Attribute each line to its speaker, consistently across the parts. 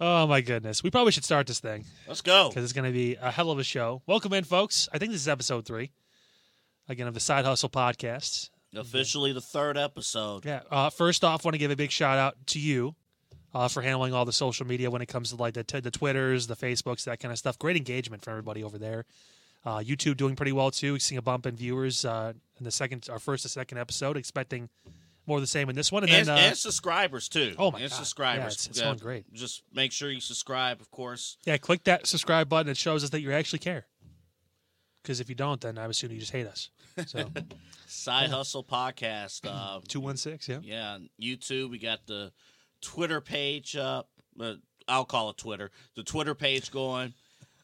Speaker 1: Oh my goodness. We probably should start this thing
Speaker 2: Let's go.
Speaker 1: because it's going to be a hell of a show. Welcome in, folks. I think this is episode three, again, of the Side Hustle podcast.
Speaker 2: Officially the third episode.
Speaker 1: Yeah. Uh, first off, want to give a big shout out to you uh, for handling all the social media when it comes to like the, t- the Twitters, the Facebooks, that kind of stuff. Great engagement for everybody over there. Uh, YouTube doing pretty well too. Seeing a bump in viewers uh, in the second, our first to second episode. Expecting more of the same in this one, and,
Speaker 2: And,
Speaker 1: then uh,
Speaker 2: and subscribers too.
Speaker 1: Oh my God.
Speaker 2: and
Speaker 1: Yeah,
Speaker 2: subscribers.
Speaker 1: it's- it's going great.
Speaker 2: Just make sure you subscribe, of course.
Speaker 1: yeah, click that subscribe button. It shows us that you actually care. Because if you don't, then I assume you just hate us. So
Speaker 2: Side Hustle Podcast. Uh,
Speaker 1: two one six, yeah.
Speaker 2: yeah, on YouTube. We got the Twitter page up. Uh, I'll call it Twitter. The Twitter page going.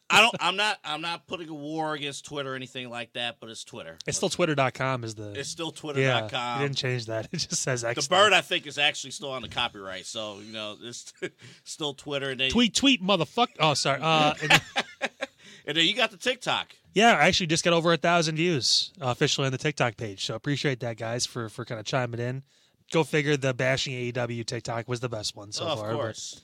Speaker 2: I don't. I'm not. I'm not putting a war against Twitter or anything like that. But it's Twitter.
Speaker 1: It's still Twitter.com is the
Speaker 2: It's still
Speaker 1: yeah.
Speaker 2: Twitter.com.
Speaker 1: You didn't change that. It just says X.
Speaker 2: The bird, I think, is actually still on the copyright, so you know it's still Twitter. And then,
Speaker 1: tweet tweet motherfucker. Oh, sorry. Uh, and then-
Speaker 2: and then you got the TikTok.
Speaker 1: yeah, I actually just got over a thousand views uh, officially on the TikTok page, so appreciate that, guys, for for kind of chiming in. Go figure. The bashing AEW TikTok was the best one so
Speaker 2: of
Speaker 1: far. but-
Speaker 2: course,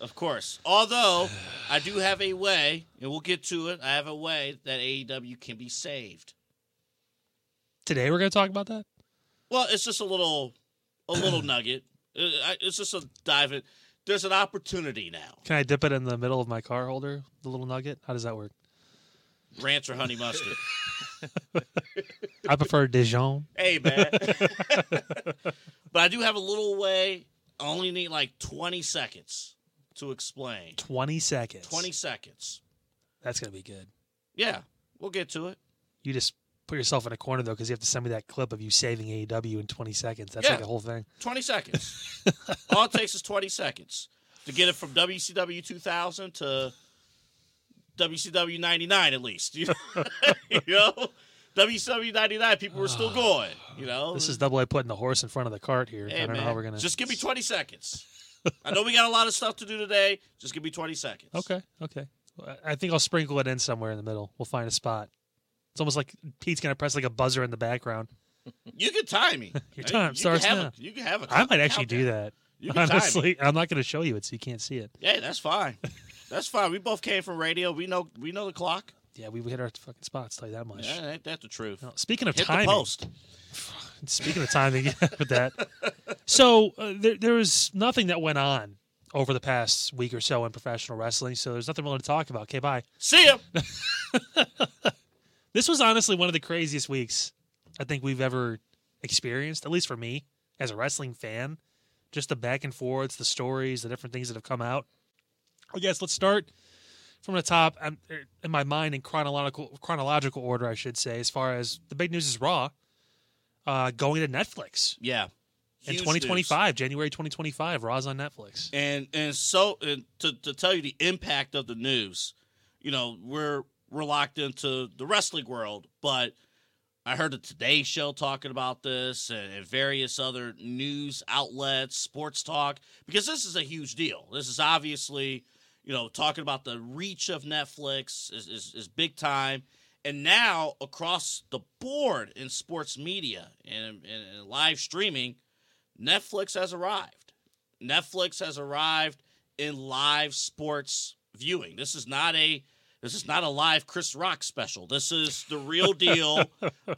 Speaker 2: of course. Although I do have a way, and we'll get to it. I have a way that AEW can be saved.
Speaker 1: Today we're gonna talk about that.
Speaker 2: Well, it's just a little, a little nugget. Uh, I- It's just a dive in. There's an opportunity now.
Speaker 1: Can I dip it in the middle of my car holder, the little nugget? How does that work?
Speaker 2: Ranch or honey mustard.
Speaker 1: I prefer Dijon.
Speaker 2: hey man. but I do have a little way. I only need like 20 seconds to explain.
Speaker 1: Twenty seconds.
Speaker 2: 20 seconds.
Speaker 1: That's gonna be good.
Speaker 2: Yeah, we'll get to it.
Speaker 1: You just put yourself in a corner though, because you have to send me that clip of you saving AEW in twenty seconds. That's
Speaker 2: Yeah.
Speaker 1: like a whole thing.
Speaker 2: 20 seconds. All it takes is 20 seconds to get it from WCW 2000 to WCW 99 at least. You, you know? WCW 99, people were still going, you know?
Speaker 1: Ah, This is double A putting the horse in front of the cart here.
Speaker 2: uh, Hey,
Speaker 1: I don't
Speaker 2: man,
Speaker 1: know how we're gonna
Speaker 2: Just give me 20 seconds. I know we got a lot of stuff to do today. Just give me 20 seconds.
Speaker 1: Okay, okay. Well, I I think I'll sprinkle it in somewhere in the middle. We'll find a spot. It's almost like Pete's gonna press like a buzzer in the background.
Speaker 2: You can time me.
Speaker 1: Your
Speaker 2: I-
Speaker 1: time
Speaker 2: you
Speaker 1: starts
Speaker 2: can have
Speaker 1: now.
Speaker 2: A, you can have a
Speaker 1: I might actually do
Speaker 2: countdown.
Speaker 1: that.
Speaker 2: You can time me.
Speaker 1: Honestly, I'm not gonna show you it, so you can't see it.
Speaker 2: Yeah, that's fine. That's fine. We both came from radio. We know we know the clock.
Speaker 1: Yeah, we hit our fucking spots. Tell you that much.
Speaker 2: Yeah, ain't that the truth?
Speaker 1: No, speaking of
Speaker 2: Hit
Speaker 1: timing,
Speaker 2: the post.
Speaker 1: speaking of timing, yeah, with that. So uh, there, there was nothing that went on over the past week or so in professional wrestling. So there's nothing really to talk about. Okay, bye.
Speaker 2: See ya.
Speaker 1: This was honestly one of the craziest weeks I think we've ever experienced, at least for me as a wrestling fan. Just the back and forths, the stories, the different things that have come out. I guess let's start from the top um, er, in my mind in chronological chronological order, I should say. As far as the big news is Raw uh, going to Netflix
Speaker 2: Yeah.
Speaker 1: in
Speaker 2: Huge
Speaker 1: 2025, January 2025. Raw's on Netflix.
Speaker 2: news. And and so and to to tell you the impact of the news, you know, we're we're locked into the wrestling world, but I heard the Today Show talking about this and, and various other news outlets, sports talk, because this is a huge deal. This is obviously, you know, talking about the reach of Netflix is, is, is big time. And now across the board in sports media and, and, and live streaming, Netflix has arrived. Netflix has arrived in live sports viewing. This is not a this is not a live Chris Rock special. This is the real deal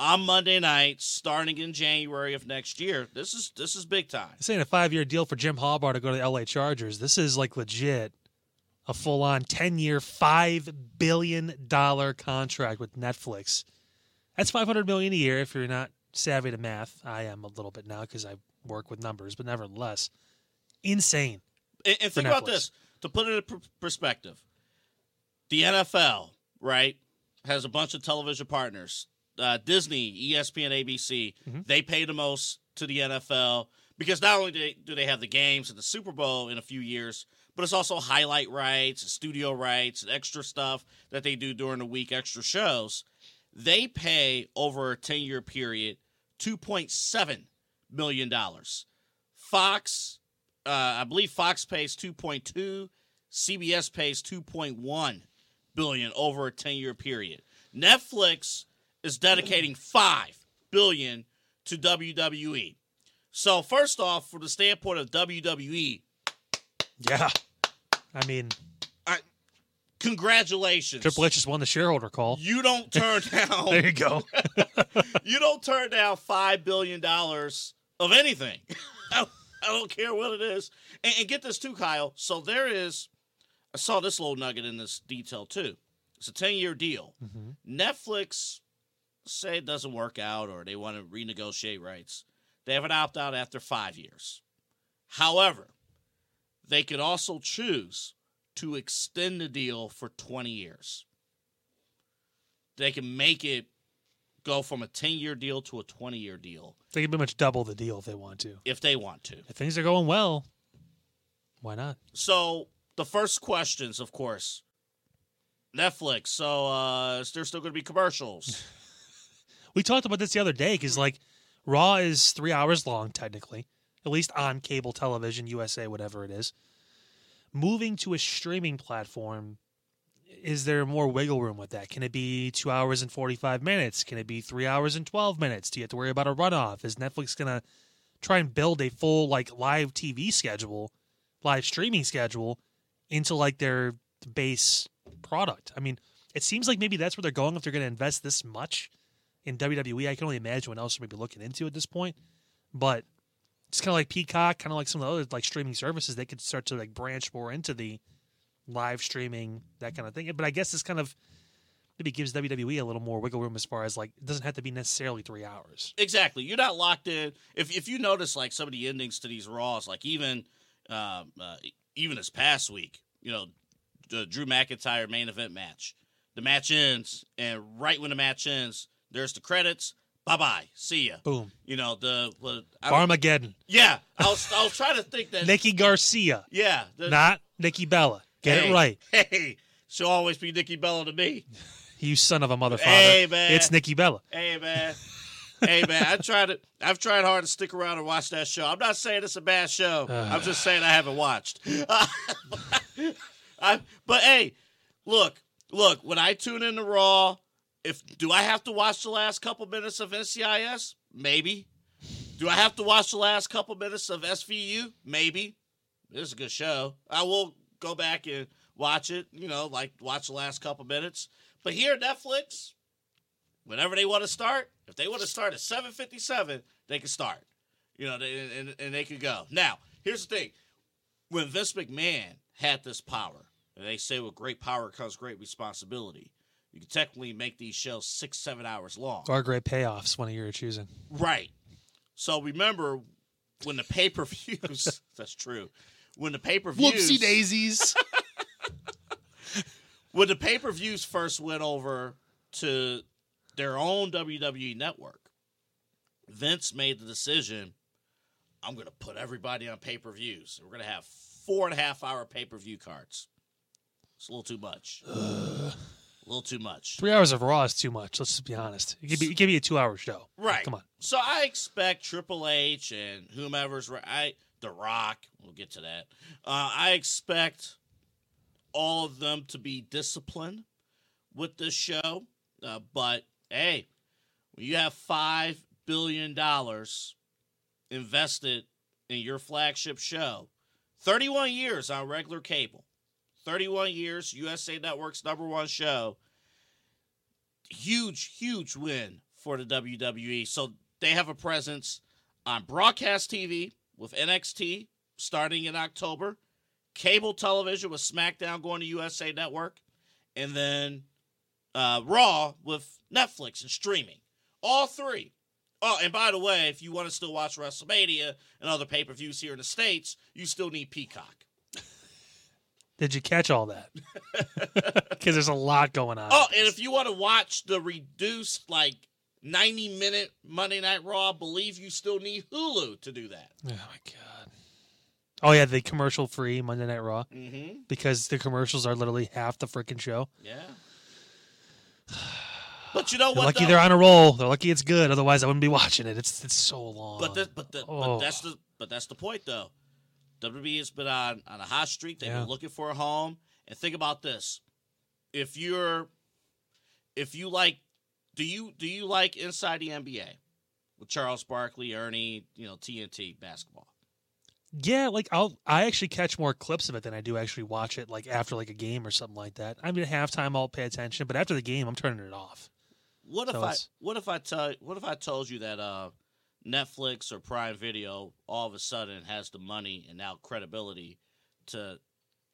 Speaker 2: on Monday night, starting in January of next year. This is this is big time.
Speaker 1: This ain't a five year deal for Jim Harbaugh to go to the LA Chargers. This is like legit a full on 10 year, $5 billion contract with Netflix. That's $500 million a year if you're not savvy to math. I am a little bit now because I work with numbers, but nevertheless, insane.
Speaker 2: And, and
Speaker 1: for
Speaker 2: think about
Speaker 1: Netflix.
Speaker 2: this to put it in per- perspective. The NFL, right, has a bunch of television partners. Uh, Disney, ESPN, ABC.
Speaker 1: Mhm.
Speaker 2: They pay the most to the NFL because not only do they, do they have the games and the Super Bowl in a few years, but it's also highlight rights, and studio rights, and extra stuff that they do during the week, extra shows. They pay over a ten-year period two point seven million dollars. Fox, uh, I believe Fox pays 2.2, CBS pays 2.1 billion over a 10-year period. Netflix is dedicating 5 billion to E. WWE. E, So first off, from the standpoint of WWE,
Speaker 1: Yeah. I mean,
Speaker 2: Congratulations.
Speaker 1: Triple H just won the shareholder call.
Speaker 2: You don't turn
Speaker 1: There
Speaker 2: down
Speaker 1: you go.
Speaker 2: you don't turn down five billion dollars of anything. I, I don't care what it is. And, and get this too, Kyle. So there is I saw this little nugget in this detail too. It's a ten year deal.
Speaker 1: Mhm.
Speaker 2: Netflix say it doesn't work out or they want to renegotiate rights. They have an opt out after five years. However, they could also choose to extend the deal for 20 years. They can make it go from a 10 year deal to a 20 year deal
Speaker 1: They can pretty much double the deal if they want to.
Speaker 2: if they want to.
Speaker 1: If things are going well, why not?
Speaker 2: So the first questions, of course, Netflix. So uh, is there still going to be commercials?
Speaker 1: We talked about this the other day because like Raw is three hours long technically, at least on cable television, USA, whatever it is. Moving to a streaming platform, is there more wiggle room with that? Can it be two hours and forty five minutes? Can it be three hours and twelve minutes? Do you have to worry about a runoff? Is Netflix gonna try and build a full like live TV schedule, live streaming schedule into like their base product? I mean, it seems like maybe that's where they're going if they're gonna invest this much in WWE. I can only imagine what else we may be looking into at this point. But it's kind of like Peacock, kind of like some of the other like streaming services. They could start to like branch more into the live streaming that kind of thing. But I guess this kind of maybe gives WWE a little more wiggle room as far as like it doesn't have to be necessarily three hours.
Speaker 2: exactly. You're not locked in. If if you notice, like some of the endings to these Raws, like even um, uh, even this past week, you know, the Drew McIntyre main event match. The match ends, and right when the match ends, there's the credits. Bye bye. See ya.
Speaker 1: Boom,
Speaker 2: You know the. the I don't-
Speaker 1: Armageddon.
Speaker 2: yeah, I was I was trying to think that.
Speaker 1: Nikki Garcia,
Speaker 2: yeah, the-
Speaker 1: not Nikki Bella. Get
Speaker 2: hey,
Speaker 1: it right,
Speaker 2: Hey, she'll always be Nikki Bella to me.
Speaker 1: you son of a motherfucker.
Speaker 2: Hey, man.
Speaker 1: It's Nikki Bella.
Speaker 2: Hey man. hey man, I tried to I've tried hard to stick around and watch that show. I'm not saying it's a bad show. I'm just saying I haven't watched. I, but hey, look, look, when I tune in to Raw, if do I have to watch the last couple minutes of NCIS? Maybe. Do I have to watch the last couple minutes of SVU? Maybe. This is a good show. I will go back and watch it, you know, like watch the last couple minutes. But here at Netflix, whenever they want to start. If they want to start at 7:57, they can start. You know, they, and, and they could go. Now, here's the thing: when Vince McMahon had this power, and they say with great power comes great responsibility, you can technically make these shows six, seven hours long.
Speaker 1: Or great payoffs, one of your choosing.
Speaker 2: Right. So remember when the pay per views. that's true. When the pay per views.
Speaker 1: daisies.
Speaker 2: when the pay per views first went over to their own WWE network, Vince made the decision I'm going to put everybody on pay per views. We're going to have four and a half hour pay per view cards. It's a little too much. a little too much.
Speaker 1: Three hours of Raw is too much. Let's just be honest. It could be, it could be a two-hour show.
Speaker 2: Right.
Speaker 1: Come on.
Speaker 2: So I expect Triple H and whomever's ri- I The Rock. We'll get to that. Uh, I expect all of them to be disciplined with this show. Uh, but hey, when you have five billion dollars invested in your flagship show, thirty-one years on regular cable, thirty-one years USA Network's number one show huge, huge win for the WWE. So they have a presence on broadcast TV with NXT starting in October, cable television with SmackDown going to USA Network, and then uh, Raw with Netflix and streaming. All three. Oh, and by the way, if you want to still watch WrestleMania and other pay per views here in the States, you still need Peacock.
Speaker 1: Did you catch all that? Because there's a lot going on.
Speaker 2: Oh, and if you want to watch the reduced, like, 90 minute Monday Night Raw, I believe you still need Hulu to do that.
Speaker 1: oh my god. Oh yeah, the commercial-free Monday Night Raw
Speaker 2: Mm-hmm.
Speaker 1: because the commercials are literally half the freaking show.
Speaker 2: Yeah. But you
Speaker 1: They're
Speaker 2: know Oh, what?
Speaker 1: lucky
Speaker 2: though?
Speaker 1: they're on a roll. They're lucky it's good. Otherwise, I wouldn't be watching it. It's it's so long.
Speaker 2: But the, but the, but
Speaker 1: Oh.
Speaker 2: that's the but that's the point though. WWE has been on on a hot streak. They've
Speaker 1: Yeah.
Speaker 2: been looking for a home. And think about this: if you're, if you like, do you do you like Inside the NBA with Charles Barkley, Ernie, you know TNT basketball?
Speaker 1: Yeah, like I'll I actually catch more clips of it than I do actually watch it like after like a game or something like that. I mean at halftime I'll pay attention, but after the game I'm turning it off.
Speaker 2: What if
Speaker 1: So
Speaker 2: I
Speaker 1: it's-
Speaker 2: what if I tell what if I told you that uh, Netflix or Prime Video all of a sudden has the money and now credibility to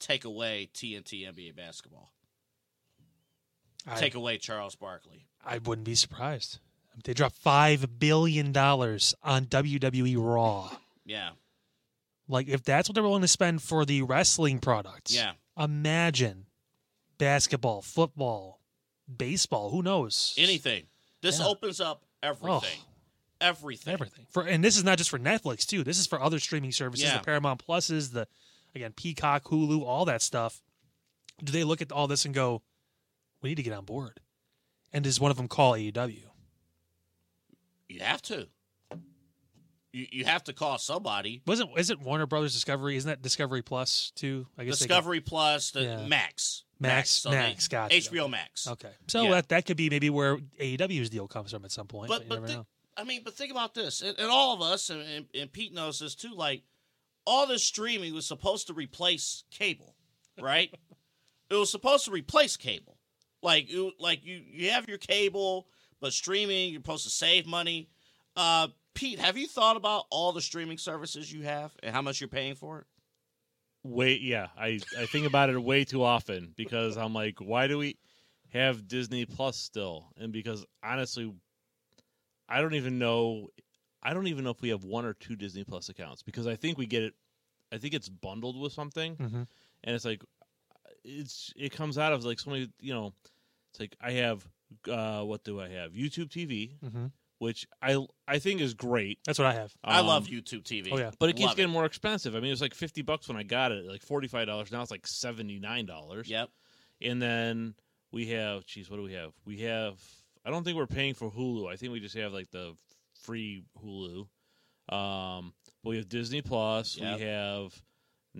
Speaker 2: take away TNT NBA basketball,
Speaker 1: I,
Speaker 2: take away Charles Barkley?
Speaker 1: I wouldn't be surprised. They dropped five billion dollars on WWE Raw.
Speaker 2: Yeah,
Speaker 1: Like if that's what they're willing to spend for the wrestling products.
Speaker 2: yeah,
Speaker 1: Imagine basketball, football, baseball, who knows?
Speaker 2: anything. This
Speaker 1: Yeah.
Speaker 2: opens up everything, everything.
Speaker 1: everything for and this is not just for netflix too this is for other streaming services
Speaker 2: Yeah.
Speaker 1: the paramount pluses the again peacock hulu all that stuff do they look at all this and go we need to get on board and does one of them call E aew
Speaker 2: You have to. You you have to call somebody.
Speaker 1: wasn't is it warner brothers discovery isn't that discovery plus too i guess they can-
Speaker 2: Discovery Plus, the
Speaker 1: Yeah.
Speaker 2: Max,
Speaker 1: Max,
Speaker 2: so they-
Speaker 1: Max, gotcha.
Speaker 2: HBO Max.
Speaker 1: okay so
Speaker 2: Yeah.
Speaker 1: that that could be maybe where aew's deal comes from at some point
Speaker 2: But-
Speaker 1: but, you
Speaker 2: but
Speaker 1: never
Speaker 2: the-
Speaker 1: know
Speaker 2: I mean, but think about this, and, and all of us, and, and, and Pete knows this too. Like, all this streaming was supposed to replace cable, right? it was supposed to replace cable. Like, you, like you, you have your cable, but streaming, you're supposed to save money. Uh, Pete, have you thought about all the streaming services you have and how much you're paying for it?
Speaker 3: Wait, yeah, I I think about it way too often because I'm like, why do we have Disney Plus still? And because honestly, I don't even know, I don't even know if we have one or two Disney Plus accounts because I think we get it, I think it's bundled with something,
Speaker 1: Mhm.
Speaker 3: and it's like, it's it comes out of like so many, you know, it's like I have, uh, what do I have? YouTube TV,
Speaker 1: Mhm.
Speaker 3: which I I think is great.
Speaker 1: that's what i have
Speaker 2: I
Speaker 3: Um,
Speaker 2: love YouTube TV.
Speaker 1: oh yeah
Speaker 3: but it keeps
Speaker 2: Love
Speaker 3: getting more expensive. I mean, it was like fifty bucks when I got it, like forty five dollars. Now it's like seventy nine dollars.
Speaker 2: Yep.
Speaker 3: And then we have, geez, what do we have? We have. I don't think we're paying for Hulu. I think we just have like the free Hulu. Um, but we have Disney Plus.
Speaker 2: Yep.
Speaker 3: We have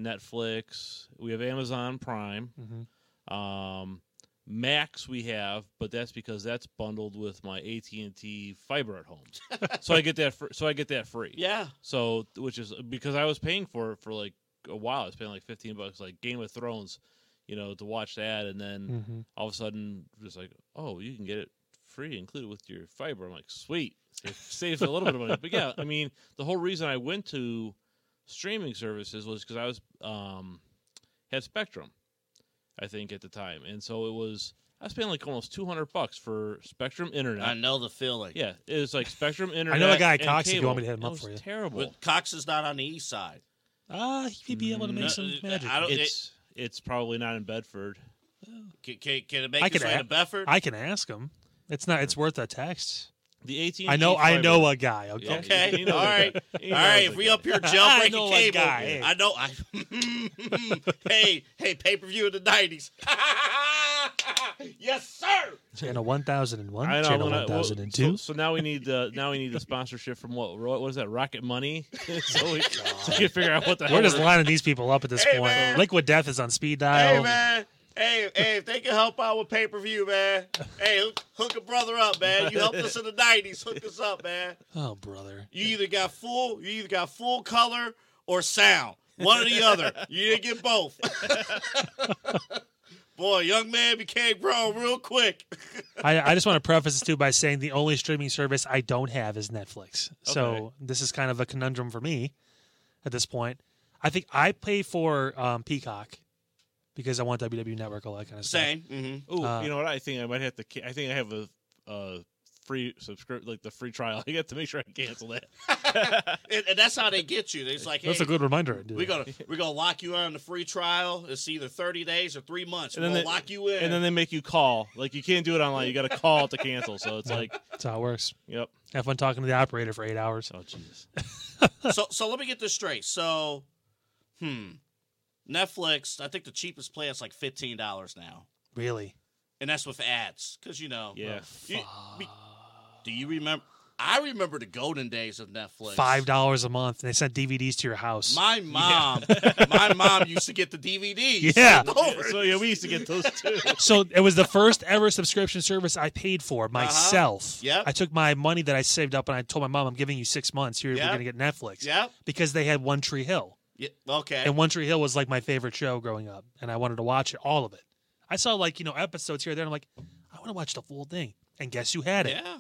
Speaker 3: Netflix. We have Amazon Prime.
Speaker 1: hmm
Speaker 3: Um, Max we have, but that's because that's bundled with my AT and T fiber at home. so I get that. Fr- so I get that free.
Speaker 2: Yeah.
Speaker 3: So, which is because I was paying for it for like a while. I was paying like fifteen bucks, like Game of Thrones, you know, to watch that, and then
Speaker 1: hmm
Speaker 3: all of a sudden, just like, oh, you can get it free included with your fiber. I'm like, sweet, Sa- saves a little bit of money. But yeah, I mean, the whole reason I went to streaming services was because I was um, had Spectrum, I think at the time, and so it was I was paying like almost two hundred bucks for Spectrum internet.
Speaker 2: I know the feeling.
Speaker 3: yeah, it was like Spectrum Internet.
Speaker 1: know a guy,
Speaker 3: and
Speaker 1: Cox, if you
Speaker 3: cable.
Speaker 1: want me to hit him
Speaker 3: It
Speaker 1: up
Speaker 3: was
Speaker 1: for you.
Speaker 3: Terrible.
Speaker 2: But Cox is not on the east side.
Speaker 1: ah he could be able to make
Speaker 3: No,
Speaker 1: some
Speaker 2: I
Speaker 1: magic
Speaker 2: don't-
Speaker 3: it's it's probabably not in Bedford.
Speaker 2: Can, can, can it make
Speaker 1: I
Speaker 2: its
Speaker 1: could
Speaker 2: way
Speaker 1: a-
Speaker 2: to Bedford?
Speaker 1: I can ask him. It's not. It's worth a text.
Speaker 3: The eighteen.
Speaker 1: I know. I know a guy. Okay.
Speaker 3: Yeah.
Speaker 2: Okay.
Speaker 3: He knows
Speaker 2: All
Speaker 3: that
Speaker 2: right.
Speaker 3: guy. He
Speaker 2: All right.
Speaker 3: knows
Speaker 2: If
Speaker 3: that
Speaker 2: we
Speaker 3: guy.
Speaker 2: up here
Speaker 1: I
Speaker 2: jailbreaking
Speaker 1: know a
Speaker 2: cable,
Speaker 1: guy, hey.
Speaker 2: I know. I, hey, hey, pay per view in the nineties. yes, sir.
Speaker 1: Channel one thousand and one.
Speaker 3: I know.
Speaker 1: Channel
Speaker 3: when I-
Speaker 1: one
Speaker 3: well,
Speaker 1: thousand and two.
Speaker 3: So, so now we need the now we need the sponsorship from what what was that Rocket Money? so we so we can figure out what the
Speaker 1: We're
Speaker 3: hell
Speaker 1: just lining these people up at this
Speaker 2: Hey,
Speaker 1: point.
Speaker 2: man.
Speaker 1: Liquid Death is on speed
Speaker 2: Hey,
Speaker 1: dial.
Speaker 2: man. Hey, hey, if they can help out with pay per view, man. Hey, hook, hook a brother up, man. You helped us in the nineties. Hook us up, man.
Speaker 1: Oh, brother.
Speaker 2: You either got full, you either got full color or sound. One or the other. You didn't get both. Boy, young man became grown real quick.
Speaker 1: I, I just want to preface this too by saying the only streaming service I don't have is Netflix. So
Speaker 3: Okay.
Speaker 1: this is kind of a conundrum for me at this point. I think I pay for um, Peacock because I want WWE Network, all that kind of stuff.
Speaker 2: Same. Mm-hmm.
Speaker 3: Ooh,
Speaker 1: Uh,
Speaker 3: you know what? I think I might have to. ca- I think I have a, a free subscription, like the free trial. I got to make sure I cancel that.
Speaker 2: and, and that's how they get you. They're just like, hey,
Speaker 1: That's a good reminder.
Speaker 2: we're gonna we're gonna lock you on the free trial. It's either thirty days or three months.
Speaker 3: And
Speaker 2: we're gonna
Speaker 3: then they-
Speaker 2: lock you in.
Speaker 3: And then they make you call. Like you can't do it online. You got to call to cancel. So it's like,
Speaker 1: That's how it works.
Speaker 3: yep.
Speaker 1: Have fun talking to the operator for eight hours.
Speaker 3: Oh jeez.
Speaker 2: so so let me get this straight. So, hmm, Netflix. I think the cheapest plan is like fifteen dollars now,
Speaker 1: Really? and
Speaker 2: and that's with ads because you
Speaker 1: Oh,
Speaker 2: know.
Speaker 3: Yeah.
Speaker 2: you- be- do you remember? I remember the golden days of Netflix.
Speaker 1: Five dollars a month, and they sent DVDs to your house.
Speaker 2: My mom, my mom used to get the DVDs.
Speaker 1: Yeah.
Speaker 2: sent over.
Speaker 3: So yeah, we used to get those too.
Speaker 1: so it was the first ever subscription service I paid for myself.
Speaker 2: Uh-huh. Yep.
Speaker 1: I took my money that I saved up and I told my mom, "I'm giving you six months. You're,
Speaker 2: Yep.
Speaker 1: going to get Netflix."
Speaker 2: Yep.
Speaker 1: Because they had One Tree Hill.
Speaker 2: Yeah, okay.
Speaker 1: And One Tree Hill was like my favorite show growing up, and I wanted to watch it, all of it. I saw like you know episodes here and there. And I'm like, I want to watch the full thing. And guess who had it?
Speaker 2: yeah.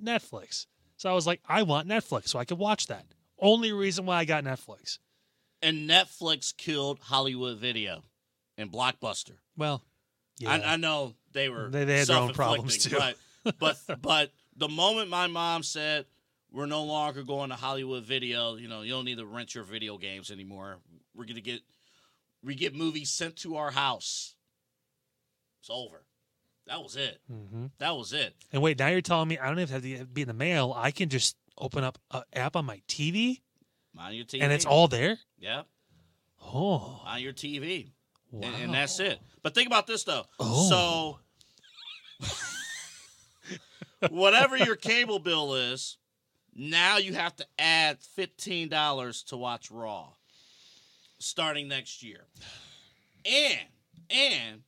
Speaker 1: Netflix. So I was like, I want Netflix so I could watch that. Only reason why I got Netflix.
Speaker 2: And Netflix killed Hollywood Video and Blockbuster.
Speaker 1: Well, yeah,
Speaker 2: I, I know they were
Speaker 1: They- they had their own problems,
Speaker 2: self-inflicting, But but, but the moment my mom said we're no longer going to Hollywood Video, you know, you don't need to rent your video games anymore. We're gonna get we get movies sent to our house. It's over. That was it.
Speaker 1: hmm
Speaker 2: That was it.
Speaker 1: And wait, now you're telling me I don't even have to be in the mail. I can just open up an app on my TV,
Speaker 2: Mind your TV.
Speaker 1: and it's all there.
Speaker 2: yeah.
Speaker 1: Oh,
Speaker 2: On your TV,
Speaker 1: wow.
Speaker 2: and, and that's it. But think about this though.
Speaker 1: Oh.
Speaker 2: So, whatever your cable bill is, now you have to add fifteen dollars to watch Raw, starting next year. And and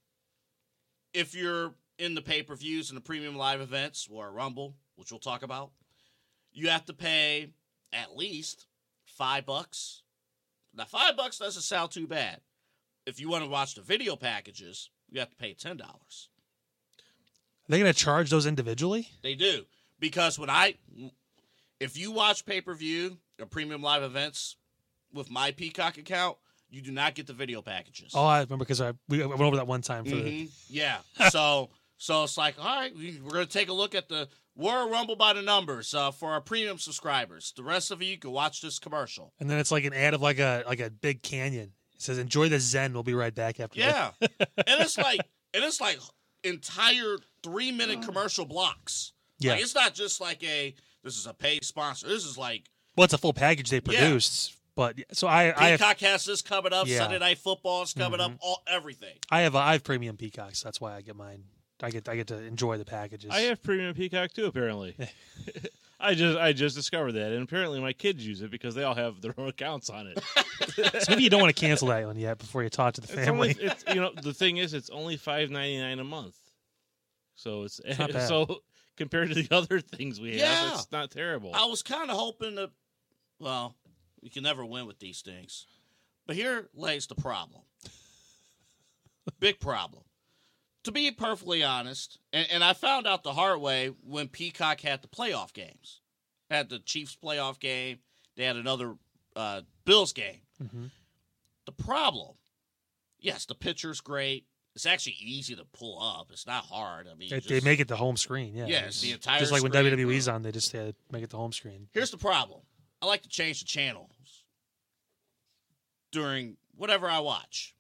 Speaker 2: if you're in the pay per views and the premium live events or Rumble, which we'll talk about, you have to pay at least five bucks. Now, five bucks doesn't sound too bad. If you want to watch the video packages, you have to pay ten dollars.
Speaker 1: They're gonna charge those individually.
Speaker 2: They do because when I, if you watch pay per view or premium live events with my Peacock account, you do not get the video packages.
Speaker 1: Oh, I remember because I we I went over that one time for the
Speaker 2: Mhm. yeah. so so it's like, all right, we- we're gonna take a look at the Royal Rumble by the numbers uh, for our premium subscribers. The rest of you can watch this commercial.
Speaker 1: and then it's like an ad of like a like a big canyon. It says, "Enjoy the Zen." We'll be right back after. This.
Speaker 2: Yeah, and it's like and it's like entire three minute commercial blocks.
Speaker 1: yeah.
Speaker 2: Like, it's not just like a this is a paid sponsor. This is like
Speaker 1: well, it's a full package they
Speaker 2: Yeah.
Speaker 1: produced, but so I I have
Speaker 2: Peacock has this coming up.
Speaker 1: Yeah. Mm-hmm.
Speaker 2: Sunday Night Football is coming up. All everything.
Speaker 1: I have I have premium peacocks. That's why I get mine. I get I get to enjoy the packages.
Speaker 3: I have premium Peacock too. Apparently, I just I just discovered that, and apparently my kids use it because they all have their own accounts on it.
Speaker 1: so maybe you don't want to cancel that one yet before you talk to the
Speaker 3: It's only,
Speaker 1: family.
Speaker 3: it's, you know, the thing is, it's only five ninety nine a month, so it's,
Speaker 1: not bad.
Speaker 3: so compared to the other things we have,
Speaker 2: Yeah.
Speaker 3: it's not terrible.
Speaker 2: I was kind of hoping to. Well, you can never win with these things, but here lays the problem. Big problem. To be perfectly honest, and, and I found out the hard way when Peacock had the playoff games, had the Chiefs playoff game. They had another uh, Bills game.
Speaker 1: hmm
Speaker 2: the problem yes the picture's great it's actually easy to pull up it's not hard i mean
Speaker 1: They,
Speaker 2: just-
Speaker 1: they make it the home screen. Yeah.
Speaker 2: Yeah, it's the entire
Speaker 1: Just like when
Speaker 2: screen.
Speaker 1: WWE's on, they just uh, make it the home screen.
Speaker 2: here's the problem i like to change the channels during whatever i watch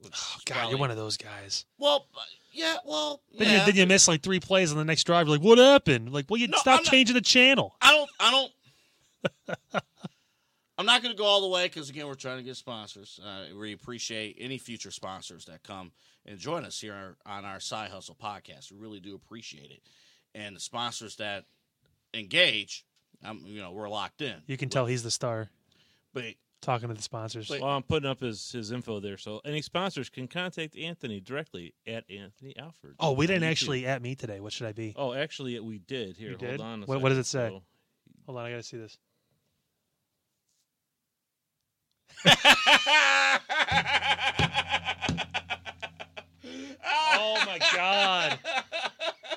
Speaker 2: Which
Speaker 1: Oh,
Speaker 2: is
Speaker 1: God,
Speaker 2: probably-
Speaker 1: you're one of those guys.
Speaker 2: well uh, yeah well
Speaker 1: Then,
Speaker 2: yeah.
Speaker 1: you, then you miss like three plays on the next drive. You're like, what happened? Like, well, you
Speaker 2: No,
Speaker 1: stop
Speaker 2: I'm not-
Speaker 1: changing the channel.
Speaker 2: i don't i don't i'm not going to go all the way because again we're trying to get sponsors uh, we appreciate any future sponsors that come and join us here on our side hustle podcast we really do appreciate it and the sponsors that engage I'm, you know we're locked in
Speaker 1: You can tell he's the star
Speaker 2: but
Speaker 1: talking to the sponsors.
Speaker 2: Wait.
Speaker 3: well, I'm putting up his, his info there, so any sponsors can contact Anthony directly at Anthony Alford.
Speaker 1: Oh, we didn't
Speaker 3: on YouTube.
Speaker 1: actually at me today. What should I be?
Speaker 3: Oh, actually, we did. Here,
Speaker 1: You
Speaker 3: hold
Speaker 1: did?
Speaker 3: on. a
Speaker 1: What- what does it say?
Speaker 3: second. So-
Speaker 1: Hold on, I gotta see this. Oh my God,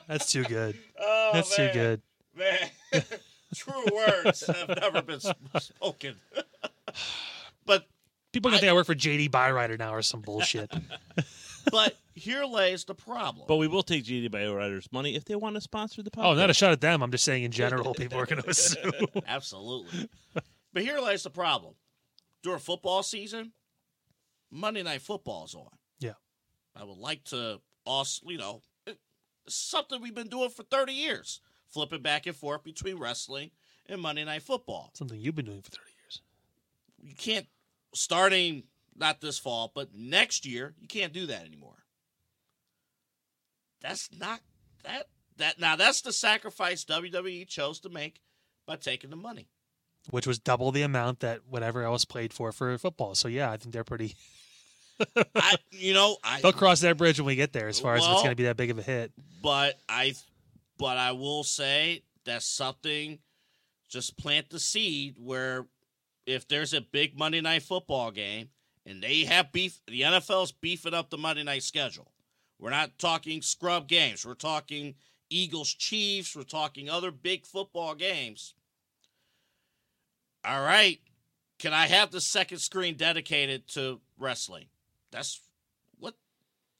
Speaker 1: that's too good.
Speaker 2: Oh,
Speaker 1: That's
Speaker 2: man.
Speaker 1: too good.
Speaker 2: Man, true words have never been spoken. but
Speaker 1: People are gonna think I work for JD Byrider now or some bullshit.
Speaker 2: but here lays the problem.
Speaker 3: But we will take GD by Riders money if they want to sponsor the podcast.
Speaker 1: Oh, not a shot at them. I'm just saying in general, people are going to assume.
Speaker 2: Absolutely. But here lays the problem. During football season, Monday Night Football's on.
Speaker 1: Yeah.
Speaker 2: I would like to also, you know, it- it's something we've been doing for 30 years, flipping back and forth between wrestling and Monday Night Football.
Speaker 1: Something you've been doing for 30 years.
Speaker 2: You can't, starting not this fall, but next year, you can't do that anymore. That's not that. That now that's the sacrifice WWE chose to make by taking the money.
Speaker 1: Which was double the amount that whatever else played for for football. So, yeah, I think they're pretty.
Speaker 2: I, you know, I
Speaker 1: They'll cross that bridge when we get there as far as if it's
Speaker 2: Well-
Speaker 1: going to be that big of a hit.
Speaker 2: But I, but I will say that's something. Just plant the seed where if there's a big Monday night football game and they have beef, the NFL's beefing up the Monday night schedule. We're not talking scrub games. We're talking Eagles, Chiefs. We're talking other big football games. All right. Can I have the second screen dedicated to wrestling? That's what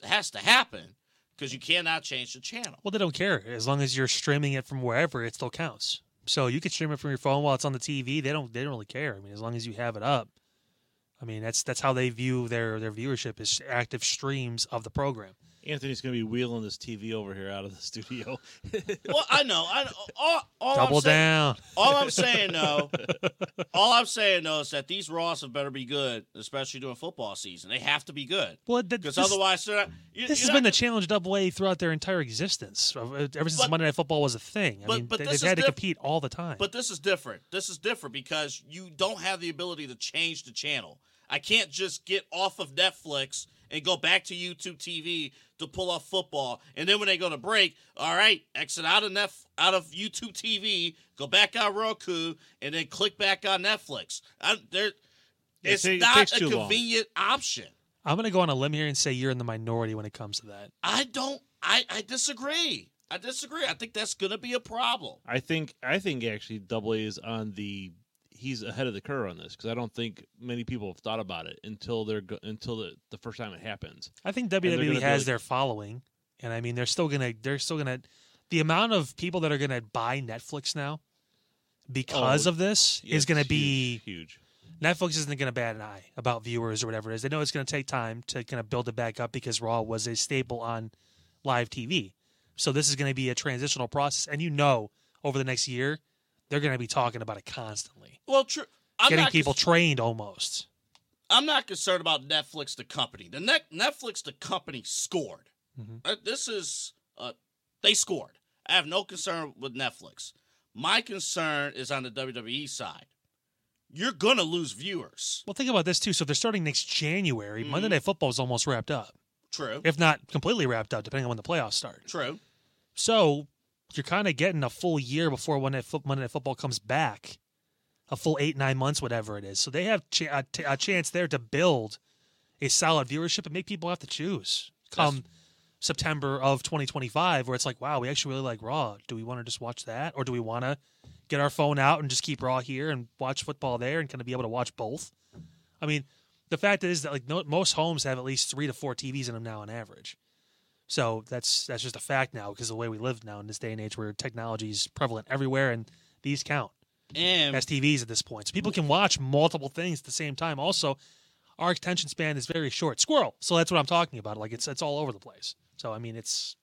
Speaker 2: has to happen because you cannot change the channel.
Speaker 1: Well, they don't care as long as you're streaming it from wherever, it still counts. So you can stream it from your phone while it's on the TV. They don't. They don't really care. I mean, as long as you have it up. I mean, that's that's how they view their their viewership is active streams of the program.
Speaker 3: Anthony's going to be wheeling this TV over here out of the studio.
Speaker 2: Well, I know. I know. All, all I'm
Speaker 1: Double
Speaker 2: saying-
Speaker 1: down.
Speaker 2: All I'm saying though, all I'm saying though is that these Raws have better be good, especially during football season. They have to be good
Speaker 1: Well, that,
Speaker 2: because
Speaker 1: this,
Speaker 2: otherwise they're not. You,
Speaker 1: this has
Speaker 2: you're
Speaker 1: been the
Speaker 2: not-
Speaker 1: challenge Double A throughout their entire existence, of- uh, ever since
Speaker 2: But-
Speaker 1: Monday Night Football was a thing. I
Speaker 2: but-
Speaker 1: mean,
Speaker 2: but
Speaker 1: they,
Speaker 2: this
Speaker 1: they've
Speaker 2: is
Speaker 1: had to
Speaker 2: diff-
Speaker 1: compete all the time.
Speaker 2: But this is different. This is different because you don't have the ability to change the channel. I can't just get off of Netflix and go back to YouTube TV to pull up football, and then when they go to break, all right, exit out of Netf- out of YouTube TV, go back on Roku, and then click back on Netflix. I, there,
Speaker 3: It
Speaker 2: it's
Speaker 3: ta- it
Speaker 2: not
Speaker 3: takes
Speaker 2: a
Speaker 3: too long.
Speaker 2: convenient option.
Speaker 1: I'm going to go on a limb here and say you're in the minority when it comes to that.
Speaker 2: I don't. I, I disagree. I disagree. I think that's going to be a problem.
Speaker 3: I think I think actually Double A is on the he's ahead of the curve on this because I don't think many people have thought about it until they're go, until the, the first time it happens.
Speaker 1: I think
Speaker 3: they're gonna
Speaker 1: WWE
Speaker 3: be
Speaker 1: has
Speaker 3: like-
Speaker 1: their following, and I mean they're still gonna they're still gonna the amount of people that are gonna buy Netflix now because
Speaker 3: Oh,
Speaker 1: of this is
Speaker 3: It's
Speaker 1: gonna
Speaker 3: huge,
Speaker 1: be
Speaker 3: huge.
Speaker 1: Netflix isn't gonna bat an eye about viewers or whatever it is. They know it's gonna take time to kind of build it back up because Raw was a staple on live TV. So this is gonna be a transitional process, and you know over the next year they're gonna be talking about it constantly,
Speaker 2: Well, true. I'm
Speaker 1: getting
Speaker 2: not
Speaker 1: people
Speaker 2: cons-
Speaker 1: trained almost.
Speaker 2: I'm not concerned about Netflix, the company. The net Netflix, the company scored.
Speaker 3: Mm-hmm.
Speaker 1: Mhm.
Speaker 2: Uh, This is uh, they scored. I have no concern with Netflix. My concern is on the WWE side. You're gonna lose viewers.
Speaker 1: Well, think about this too. So if they're starting next January, Monday
Speaker 3: Mm-hmm.
Speaker 2: Mhm.
Speaker 1: Night Football is almost wrapped up.
Speaker 2: True.
Speaker 1: if not completely wrapped up, depending on when the playoffs start.
Speaker 2: True.
Speaker 1: So you're kind of getting a full year before when that fo- Monday Night Football comes back, a full eight nine months, whatever it is. So they have ch- a, t- a chance there to build a solid viewership and make people have to choose come September of 2025, where it's like, wow, we actually really like Raw. Do we want to just watch that, or do we want to get our phone out and just keep Raw here and watch football there, and kind of be able to watch both? I mean, the fact is that like no, most homes have at least three to four TVs in them now on average. So that's that's just a fact now because the way we live now in this day and age where technology is prevalent everywhere and these count
Speaker 2: And
Speaker 1: as TVs at this point. So people can watch multiple things at the same time. Also, our attention span is very short. Squirrel. So that's what I'm talking about. Like it's it's all over the place. So I mean it's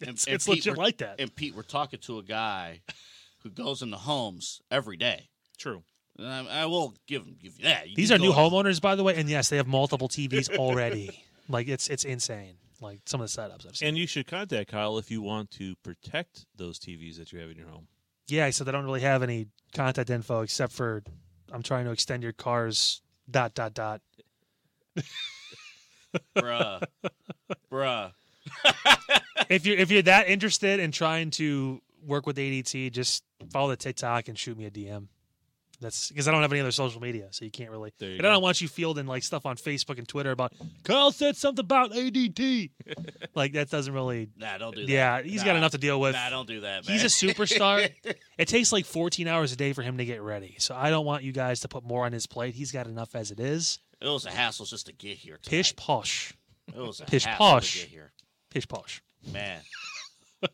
Speaker 2: And-
Speaker 1: it's,
Speaker 2: and
Speaker 1: it's
Speaker 2: Pete,
Speaker 1: legit
Speaker 2: we're-
Speaker 1: like that.
Speaker 2: and Pete, we're talking to a guy who goes into homes every day.
Speaker 3: True.
Speaker 2: And I, I will give him give you that. You
Speaker 1: These
Speaker 2: do
Speaker 1: are
Speaker 2: go
Speaker 1: new
Speaker 2: in-
Speaker 1: homeowners, by the way, and yes, they have multiple TVs already. like it's it's insane. Like some of the setups I've seen.
Speaker 3: And you should contact Kyle if you want to protect those TVs that you have in your home.
Speaker 1: Yeah, so they don't really have any contact info except for I'm trying to extend your car's dot dot dot.
Speaker 2: bruh, bruh.
Speaker 1: if you're if you're that interested in trying to work with ADT, just follow the TikTok and shoot me a DM. That's because I don't have any other social media, so you can't really.
Speaker 3: There you
Speaker 1: and I
Speaker 3: go.
Speaker 1: don't want you fielding like stuff on Facebook and Twitter about Kyle said something about ADT. like that doesn't really.
Speaker 2: Nah, don't do that.
Speaker 1: Yeah, he's got
Speaker 2: Nah.
Speaker 1: enough to deal with.
Speaker 2: Nah, don't do that, man.
Speaker 1: he's a superstar. it takes like 14 hours a day for him to get ready, so I don't want you guys to put more on his plate. He's got enough as it is.
Speaker 2: It was a hassle just to get here. Tonight.
Speaker 1: Pish posh,
Speaker 2: It was a
Speaker 1: pish
Speaker 2: hassle
Speaker 1: posh.
Speaker 2: to get here,
Speaker 1: pish posh.
Speaker 2: man.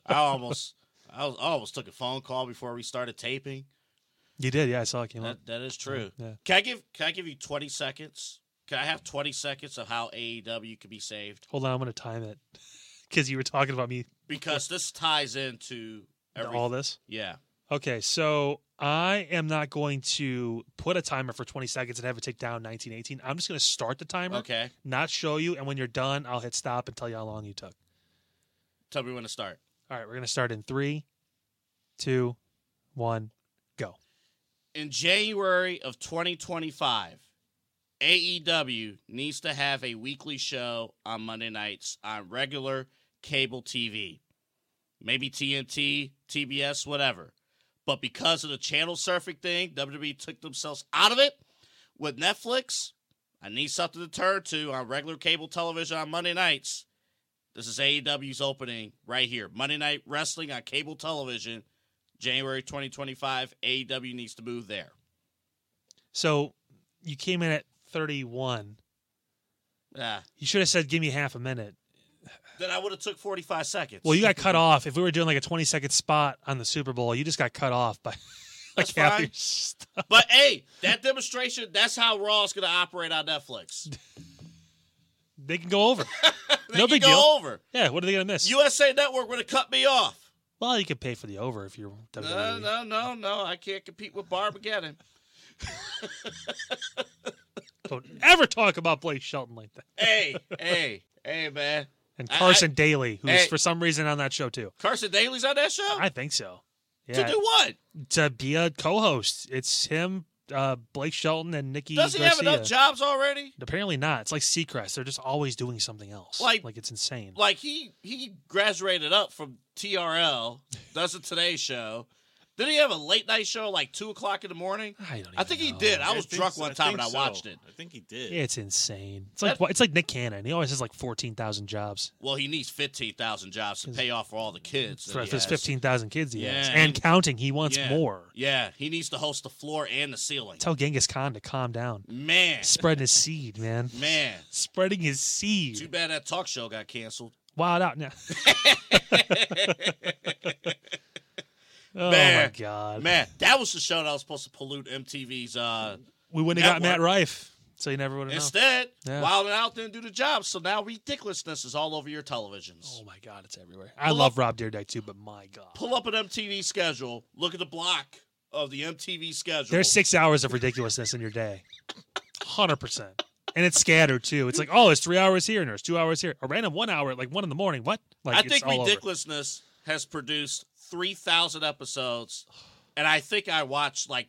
Speaker 2: I almost, I, was, I almost took a phone call before we started taping.
Speaker 1: You did, yeah. I saw it came up.
Speaker 2: That, that is true.
Speaker 1: Yeah.
Speaker 2: Can I give Can I give you twenty seconds? Can I have twenty seconds of how AEW could be saved?
Speaker 1: Hold on, I'm gonna time it because you were talking about me
Speaker 2: Because this ties into everything.
Speaker 1: all this.
Speaker 2: yeah,
Speaker 1: Okay, so I am not going to put a timer for 20 seconds and have it tick down 1918. I'm just going to start the timer,
Speaker 2: okay.
Speaker 1: not show you, and when you're done, I'll hit stop and tell you how long you took.
Speaker 2: Tell me when to start.
Speaker 1: All right, we're going to start in three, two, one, go.
Speaker 2: in January of 2025, AEW E needs to have a weekly show on Monday nights on regular cable TV. Maybe TNT, TBS, whatever. But because of the channel surfing thing, WWE took E themselves out of it With Netflix, I need something to turn to on regular cable television on Monday nights. This is AEW's opening right here. Monday Night Wrestling on cable television, January 2025. AEW E needs to move there.
Speaker 1: So you came in at 31.
Speaker 2: Yeah.
Speaker 1: You should have said, give me half a minute.
Speaker 2: Then I would have took 45 seconds.
Speaker 1: Well, you got cut off. If we were doing like a 20 second spot on the Super Bowl, you just got cut off by like
Speaker 2: That's
Speaker 1: half
Speaker 2: fine.
Speaker 1: your stuff.
Speaker 2: But hey, that demonstration, that's how Raw is going to operate on Netflix.
Speaker 1: They can go over.
Speaker 2: They
Speaker 1: No
Speaker 2: can
Speaker 1: big
Speaker 2: go
Speaker 1: deal.
Speaker 2: over.
Speaker 1: Yeah, what are they going to miss?
Speaker 2: USA Network would have cut me off.
Speaker 1: well, you could pay for the over if you're E. WWE.
Speaker 2: No, no, no, no. I can't compete with Barbageddon.
Speaker 1: Don't ever talk about Blake Shelton like that.
Speaker 2: hey, hey, hey, man.
Speaker 1: And
Speaker 2: I- I-
Speaker 1: Carson Daly, who's
Speaker 2: Hey.
Speaker 1: for some reason on that show too.
Speaker 2: Carson Daly's on that show?
Speaker 1: I think so.
Speaker 2: To
Speaker 1: Yeah,
Speaker 2: do what?
Speaker 1: to be a co-host. It's him, uh, Blake Shelton, and Nikki.
Speaker 2: Does he have
Speaker 1: Garcia.
Speaker 2: enough jobs already?
Speaker 1: Apparently not. It's like Seacrest. They're just always doing something else.
Speaker 2: Like-
Speaker 1: like it's insane.
Speaker 2: Like he he graduated up from TRL, does a Today Show. Did he have a late night show like two o'clock in the morning?
Speaker 1: I don't. Even
Speaker 2: I think he
Speaker 1: know.
Speaker 2: did. I was
Speaker 3: think
Speaker 2: drunk
Speaker 3: so-
Speaker 2: one time
Speaker 3: think
Speaker 2: and I
Speaker 3: so.
Speaker 2: watched it.
Speaker 3: I think he did.
Speaker 1: It's insane. It's like it's like Nick Cannon. He always has like fourteen thousand jobs
Speaker 2: Well, he needs fifteen thousand jobs to pay off for all the kids. that
Speaker 1: for
Speaker 2: he
Speaker 1: his
Speaker 2: has.
Speaker 1: fifteen thousand kids he has,
Speaker 2: Yeah,
Speaker 1: and
Speaker 2: and-
Speaker 1: counting. He wants
Speaker 2: Yeah.
Speaker 1: more.
Speaker 2: Yeah, he needs to host the floor and the ceiling.
Speaker 1: Tell Genghis Khan to calm down.
Speaker 2: Man,
Speaker 1: Spreading his seed, man.
Speaker 2: man.
Speaker 1: Spreading his
Speaker 2: Too
Speaker 1: seed.
Speaker 2: bad that talk show got canceled.
Speaker 1: Wild out now. Oh
Speaker 2: Man.
Speaker 1: my god.
Speaker 2: Man, that was the show that was supposed to pollute MTV's. Uh,
Speaker 1: We wouldn't have got Matt
Speaker 2: Network.
Speaker 1: Rife, so you never would have known.
Speaker 2: Instead,
Speaker 1: Yeah.
Speaker 2: Wild and Out didn't do the job, so now ridiculousness is all over your televisions.
Speaker 1: Oh my god, it's everywhere. I
Speaker 2: Pull
Speaker 1: love Rob Deerdeck too, but my god.
Speaker 2: Pull up an MTV schedule. Look at the block of the MTV schedule.
Speaker 1: There's six hours of ridiculousness in your day. 100%. And it's scattered too. It's like, oh, it's three hours here and there's two hours here. A random one hour at like one in the morning. What? Like,
Speaker 2: I
Speaker 1: it's
Speaker 2: think
Speaker 1: all over.
Speaker 2: ridiculousness has produced three thousand episodes, and I think I watched like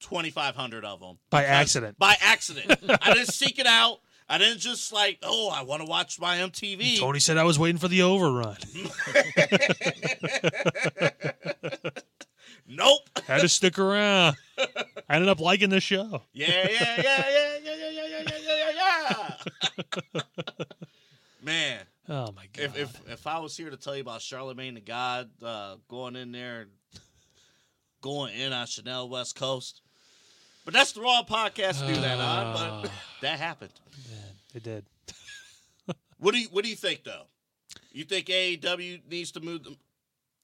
Speaker 2: twenty five hundred of them
Speaker 1: By accident.
Speaker 2: by accident. I didn't seek it out. I didn't just like, oh, I want to watch my MTV.
Speaker 1: Tony said I was waiting for the overrun.
Speaker 2: Nope.
Speaker 1: Had to stick around. I ended up liking the show.
Speaker 2: Yeah, yeah, yeah, yeah, yeah, yeah, yeah, yeah, yeah, yeah, yeah, yeah. Man,
Speaker 1: Oh my god.
Speaker 2: if, if if I was here to tell you about Charlemagne the God uh, going in there and going in on Chanel West Coast, but that's the wrong podcast to do that on. But
Speaker 1: Ah.
Speaker 2: that happened.
Speaker 1: Man, it did.
Speaker 2: What do you What do you think though? You think AEW needs to move, them,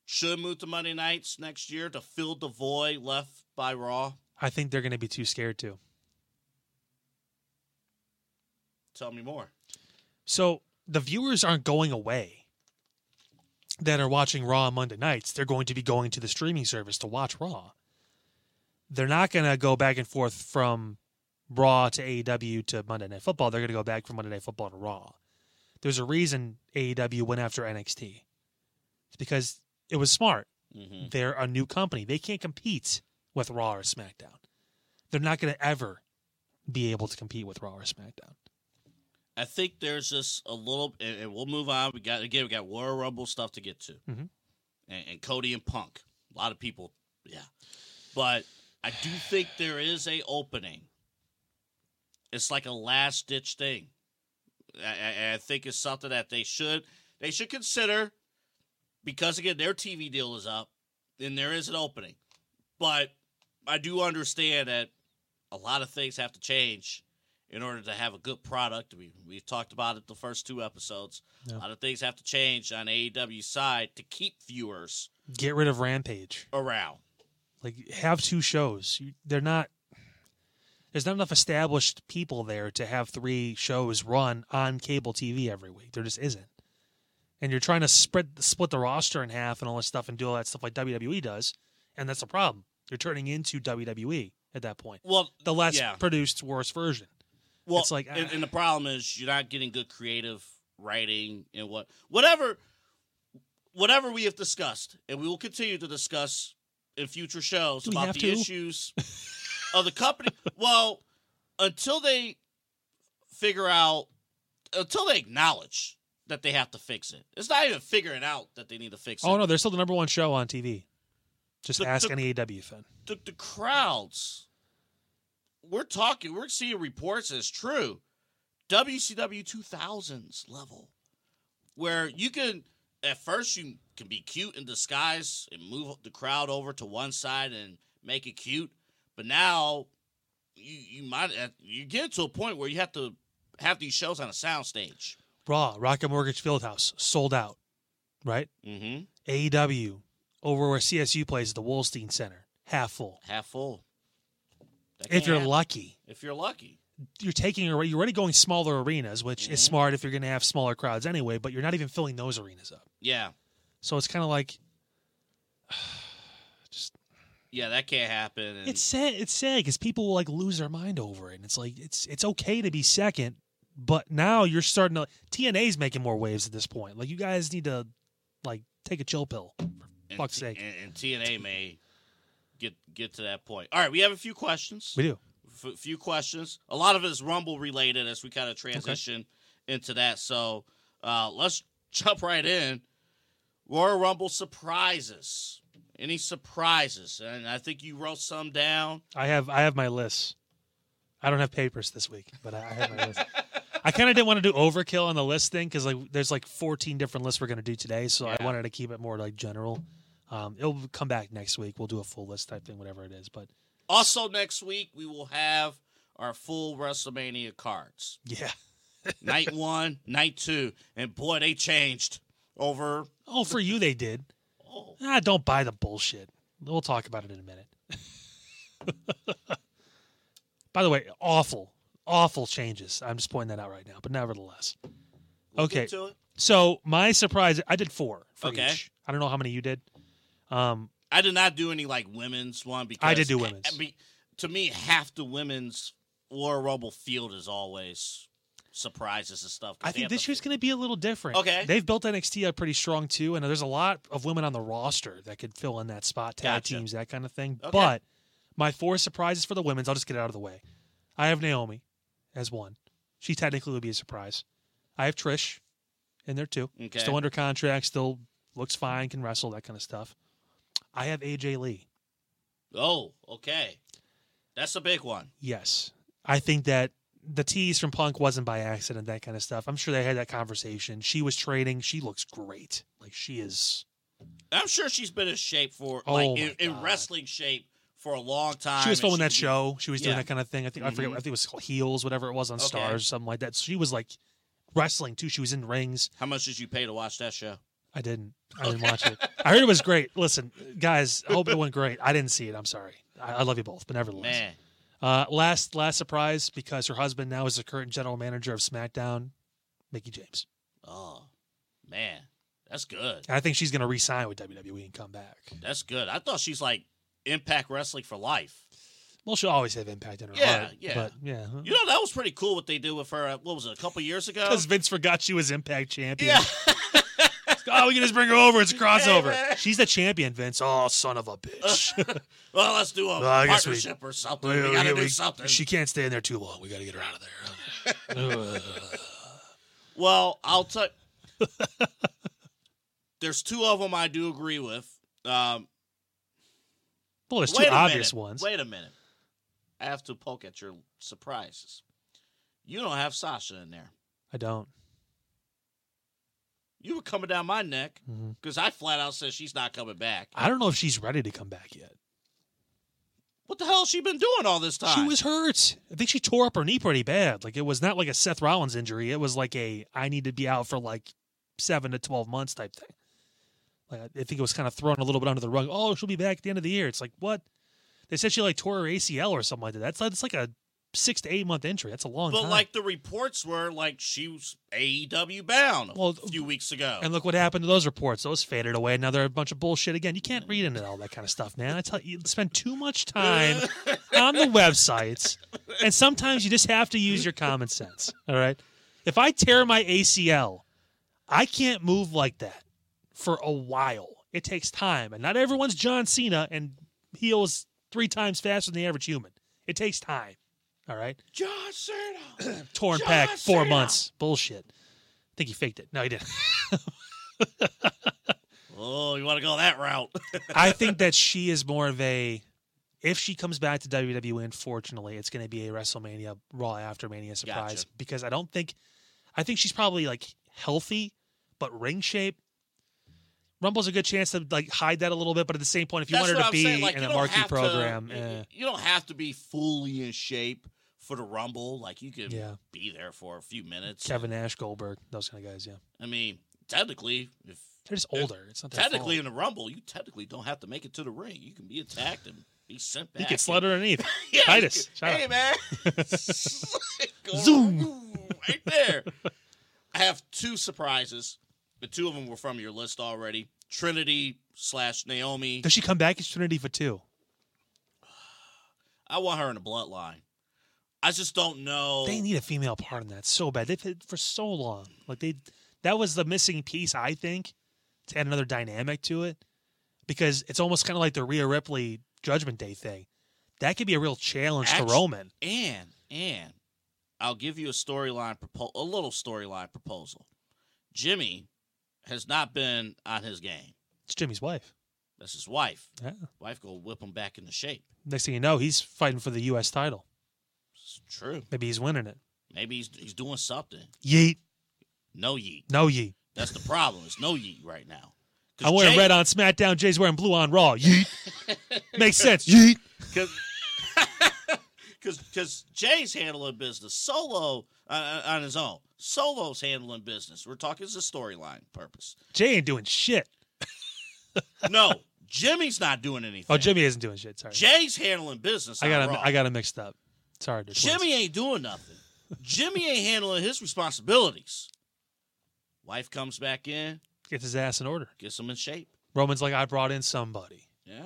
Speaker 2: should move to Monday nights next year to fill the void left by Raw?
Speaker 1: I think they're going to be too scared to.
Speaker 2: Tell me more.
Speaker 1: So the viewers aren't going away that are watching Raw on Monday nights. They're going to be going to the streaming service to watch Raw. They're not going to go back and forth from Raw to AEW to Monday Night Football. They're going to go back from Monday Night Football to Raw. There's a reason AEW went after NXT. It's because it was smart.
Speaker 2: Mm-hmm.
Speaker 1: They're a new company. They can't compete with Raw or SmackDown. They're not going to ever be able to compete with Raw or SmackDown.
Speaker 2: I think there's just a little, and, and we'll move on. We got again, we got Royal Rumble stuff to get to,
Speaker 1: Mhm.
Speaker 2: and, and Cody and Punk. A lot of people, yeah. But I do think there is a opening. It's like a last ditch thing. I, I, I think it's something that they should they should consider because again their TV deal is up, and there is an opening. But I do understand that a lot of things have to change in order to have a good product. We we've talked about it the first two episodes.
Speaker 1: Yeah.
Speaker 2: A lot of things have to change on AEW's side to keep viewers
Speaker 1: Get rid of Rampage.
Speaker 2: around.
Speaker 1: like have two shows You- they're not there's not enough established people there to have three shows run on cable tv every week there just isn't and you're trying to spread split the roster in half and all this stuff and do all that stuff like wwe does and that's a problem you're turning into wwe at that point
Speaker 2: Well,
Speaker 1: the less
Speaker 2: Yeah.
Speaker 1: produced worse version
Speaker 2: well,
Speaker 1: it's like,
Speaker 2: and,
Speaker 1: ah.
Speaker 2: and the problem is you're not getting good creative writing and what whatever whatever we have discussed, and we will continue to discuss in future shows
Speaker 1: Do we
Speaker 2: about
Speaker 1: have
Speaker 2: the
Speaker 1: to?
Speaker 2: issues of the company. Well, until they figure out, until they acknowledge that they have to fix it, it's not even figuring out that they need to fix it.
Speaker 1: oh no they're still the number one show on tv just
Speaker 2: The-
Speaker 1: ask
Speaker 2: the-
Speaker 1: any aw fan
Speaker 2: the, the crowds we're talking, we're seeing reports as true. WCW 2000s level, where you can, at first, you can be cute in disguise and move the crowd over to one side and make it cute. But now, you, you might, uh, you get to a point where you have to have these shows on a soundstage.
Speaker 1: Raw, Rocket Mortgage Fieldhouse, sold out, right?
Speaker 2: Mm-hmm.
Speaker 1: AEW, E over where CSU plays, the Wolstein Center, half full.
Speaker 2: Half full. That
Speaker 1: If
Speaker 2: can't
Speaker 1: you're
Speaker 2: happen.
Speaker 1: lucky,
Speaker 2: if you're lucky.
Speaker 1: you're taking you're already going smaller arenas, which is
Speaker 2: Mhm.
Speaker 1: smart if you're going to have smaller crowds anyway. But you're not even filling those arenas up,
Speaker 2: Yeah.
Speaker 1: so it's kind of like
Speaker 2: Yeah, that can't happen. And
Speaker 1: it's sad. It's sad because people will like lose their mind over it, and it's like it's it's okay to be second, but now you're starting to TNA's making more waves at this point. Like you guys need to like take a chill pill.
Speaker 2: and
Speaker 1: fuck's
Speaker 2: T-
Speaker 1: sake.
Speaker 2: And, and TNA may get get to that point. All right, we have a few questions.
Speaker 1: We do.
Speaker 2: F- few questions. A lot of it is Rumble related as we kind of transition into that. So uh, let's jump right in. Royal Rumble surprises. Any surprises? And I think you wrote some down.
Speaker 1: I have I have my list. I don't have papers this week, but I, I have my list. I kind of didn't want to do overkill on the list thing because like there's like 14 different lists we're gonna do today, so I
Speaker 2: Yeah.
Speaker 1: wanted to keep it more like general. Um, it'll come back next week. We'll do a full list type thing, whatever it is. But
Speaker 2: Also, next week we will have our full WrestleMania cards.
Speaker 1: yeah,
Speaker 2: night one, night two, and boy, they changed over.
Speaker 1: oh for you they did.
Speaker 2: Oh,
Speaker 1: Ah, don't buy the bullshit. We'll talk about it in a minute. By the way, awful, awful changes. I'm just pointing that out right now, but nevertheless.
Speaker 2: we'll
Speaker 1: Okay.
Speaker 2: get to it.
Speaker 1: So my surprise, I did four for
Speaker 2: Okay.
Speaker 1: each. I don't know how many you did. Um,
Speaker 2: I did not do any like women's one because
Speaker 1: I did do women's.
Speaker 2: I mean, to me, half the women's War Rumble field is always surprises and stuff. 'cause
Speaker 1: I
Speaker 2: they have
Speaker 1: think this
Speaker 2: the-
Speaker 1: year's going to be a little different.
Speaker 2: Okay.
Speaker 1: they've built NXT up pretty strong too, and there's a lot of women on the roster that could fill in that spot, tag
Speaker 2: Gotcha.
Speaker 1: teams, that kind of thing.
Speaker 2: Okay.
Speaker 1: But my four surprises for the women's, I'll just get it out of the way. I have Naomi as one. She technically would be a surprise. I have Trish in there too.
Speaker 2: Okay.
Speaker 1: Still under contract, still looks fine, can wrestle, that kind of stuff. I have AJ Lee.
Speaker 2: oh, okay, that's a big one.
Speaker 1: Yes. I think that the tease from Punk wasn't by accident, that kind of stuff. I'm sure they had that conversation. She was training. She looks great. Like she is
Speaker 2: I'm sure she's been in shape for
Speaker 1: Oh
Speaker 2: like
Speaker 1: my
Speaker 2: in, in
Speaker 1: God.
Speaker 2: wrestling shape for a long time.
Speaker 1: she was
Speaker 2: and
Speaker 1: filming that
Speaker 2: could be-
Speaker 1: show. She was doing
Speaker 2: Yeah.
Speaker 1: that kind of thing. I think I forget
Speaker 2: Mhm.
Speaker 1: I think it was called Heels, whatever it was on
Speaker 2: Okay.
Speaker 1: Stars, something like that. She was like wrestling too. She was in rings.
Speaker 2: How much did you pay to watch that show?
Speaker 1: I didn't. I didn't watch it. I heard it was great. Listen, guys, I hope it went great. I didn't see it. I'm sorry. I, I love you both, but nevertheless.
Speaker 2: Man,
Speaker 1: Uh, last last surprise because her husband now is the current general manager of SmackDown, Mickey James.
Speaker 2: oh man, that's good.
Speaker 1: And I think she's going to re-sign with WWE and come back.
Speaker 2: That's good. I thought she's like Impact Wrestling for life.
Speaker 1: Well, she'll always have impact in her
Speaker 2: Yeah,
Speaker 1: heart.
Speaker 2: yeah.
Speaker 1: But yeah,
Speaker 2: You know that was pretty cool what they did with her. uh, What was it? A couple years ago.
Speaker 1: because Vince forgot she was Impact champion.
Speaker 2: Yeah.
Speaker 1: Oh, we can just bring her over. It's a crossover.
Speaker 2: Hey, man.
Speaker 1: she's the champion, Vince. Oh, son of a bitch.
Speaker 2: well, let's do a
Speaker 1: Well, I guess we-
Speaker 2: partnership or something.
Speaker 1: We-
Speaker 2: We,
Speaker 1: we-
Speaker 2: gotta do
Speaker 1: we-
Speaker 2: something.
Speaker 1: She can't stay in there too long. We got to get her out of there.
Speaker 2: Well, I'll tell. There's two of them I do agree with. Um,
Speaker 1: well, there's
Speaker 2: wait
Speaker 1: two
Speaker 2: a
Speaker 1: obvious
Speaker 2: minute.
Speaker 1: ones.
Speaker 2: Wait a minute. I have to poke at your surprises. You don't have Sasha in there.
Speaker 1: I don't.
Speaker 2: You were coming down my neck
Speaker 1: Mhm.
Speaker 2: because I flat out said she's not coming back.
Speaker 1: I don't know if she's ready to come back yet.
Speaker 2: What the hell has she been doing all this time?
Speaker 1: She was hurt. I think she tore up her knee pretty bad. Like it was not like a Seth Rollins injury. It was like a I need to be out for like seven to twelve months type thing. Like I think it was kind of thrown a little bit under the rug. Oh, she'll be back at the end of the year. It's like what? They said she like tore her ACL or something like that. That's that's like a six to eight month injury. That's a long
Speaker 2: But
Speaker 1: time.
Speaker 2: like the reports were, like she was AEW bound a
Speaker 1: Well,
Speaker 2: few weeks ago.
Speaker 1: and look what happened to those reports. Those faded away. Now they're a bunch of bullshit again. You can't read into all that kind of stuff, man. I tell you, you spend too much time on the websites, and sometimes you just have to use your common sense. All right. If I tear my ACL, I can't move like that for a while. It takes time, and not everyone's John Cena and heals three times faster than the average human. It takes time. All right.
Speaker 2: John Cena.
Speaker 1: Torn
Speaker 2: John
Speaker 1: pack, four
Speaker 2: Cena.
Speaker 1: months. Bullshit. I think he faked it. No, he didn't.
Speaker 2: oh, you want to go that route?
Speaker 1: I think that she is more of a If she comes back to WWE, unfortunately, it's going to be a WrestleMania Raw after Mania surprise
Speaker 2: Gotcha.
Speaker 1: because I don't think, I think she's probably like healthy, but ring shape. Rumble's a good chance to like hide that a little bit, but at the same point, if you want her to be in
Speaker 2: you
Speaker 1: a
Speaker 2: don't
Speaker 1: marquee
Speaker 2: have to-
Speaker 1: program,
Speaker 2: you-
Speaker 1: eh,
Speaker 2: you don't have to be fully in shape for the Rumble. Like you can
Speaker 1: Yeah.
Speaker 2: be there for a few minutes.
Speaker 1: Kevin Nash, Goldberg, those kind of guys, yeah,
Speaker 2: I mean, technically, if
Speaker 1: they're just older. It's not their
Speaker 2: technically in
Speaker 1: fault.
Speaker 2: the Rumble, you technically don't have to make it to the ring. You can be attacked and be sent back.
Speaker 1: he gets slid underneath.
Speaker 2: Yeah, you
Speaker 1: Titus,
Speaker 2: can-
Speaker 1: shout
Speaker 2: Hey
Speaker 1: out.
Speaker 2: man. Go
Speaker 1: Zoom.
Speaker 2: right there. I have two surprises. The two of them were from your list already. Trinity slash Naomi.
Speaker 1: Does she come back as Trinity for two?
Speaker 2: I want her in the bloodline. I just don't know.
Speaker 1: They need a female part in that so bad. They've had for so long. Like they, that was the missing piece, I think, to add another dynamic to it, because it's almost kind of like the Rhea Ripley Judgment Day thing. That could be a real challenge
Speaker 2: Actu-
Speaker 1: to Roman.
Speaker 2: And and I'll give you a storyline proposal, a little storyline proposal. Jimmy has not been on his game.
Speaker 1: It's Jimmy's wife.
Speaker 2: That's his wife.
Speaker 1: Yeah.
Speaker 2: Wife go whip him back into shape.
Speaker 1: Next thing you know, he's fighting for the U.S. title.
Speaker 2: It's true.
Speaker 1: Maybe he's winning it.
Speaker 2: Maybe he's he's doing something.
Speaker 1: Yeet,
Speaker 2: No yeet.
Speaker 1: no yeet.
Speaker 2: That's the problem. It's no yeet right now. 'Cause
Speaker 1: I'm wearing
Speaker 2: Jay-
Speaker 1: red on SmackDown. Jay's wearing blue on Raw. Yeet. Makes sense. Yeet.
Speaker 2: Because because Jay's handling business solo uh, on his own. Solo's handling business. We're talking as a storyline purpose.
Speaker 1: Jay ain't doing shit.
Speaker 2: No, Jimmy's not doing anything.
Speaker 1: Oh, Jimmy isn't doing shit. Sorry,
Speaker 2: Jay's handling business.
Speaker 1: I
Speaker 2: on
Speaker 1: got
Speaker 2: Raw.
Speaker 1: I got it mixed up. Sorry, they're twins.
Speaker 2: Jimmy ain't doing nothing. Jimmy ain't handling his responsibilities. Wife comes back in,
Speaker 1: gets his ass in order.
Speaker 2: gets him in shape.
Speaker 1: Roman's like, I brought in somebody
Speaker 2: Yeah,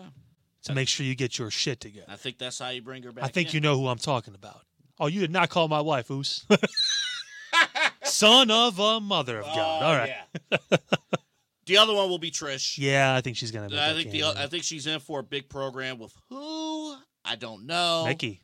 Speaker 1: to make sure you get your shit together.
Speaker 2: I think that's how you bring her back.
Speaker 1: I think
Speaker 2: in.
Speaker 1: you know who I'm talking about. Oh, you did not call my wife, Oos. Son of a mother of God.
Speaker 2: Oh,
Speaker 1: All right.
Speaker 2: Yeah. the other one will be Trish.
Speaker 1: Yeah, I think she's gonna. Make
Speaker 2: I
Speaker 1: that
Speaker 2: think the
Speaker 1: game,
Speaker 2: I think she's in for a big program with who I don't know.
Speaker 1: Mickey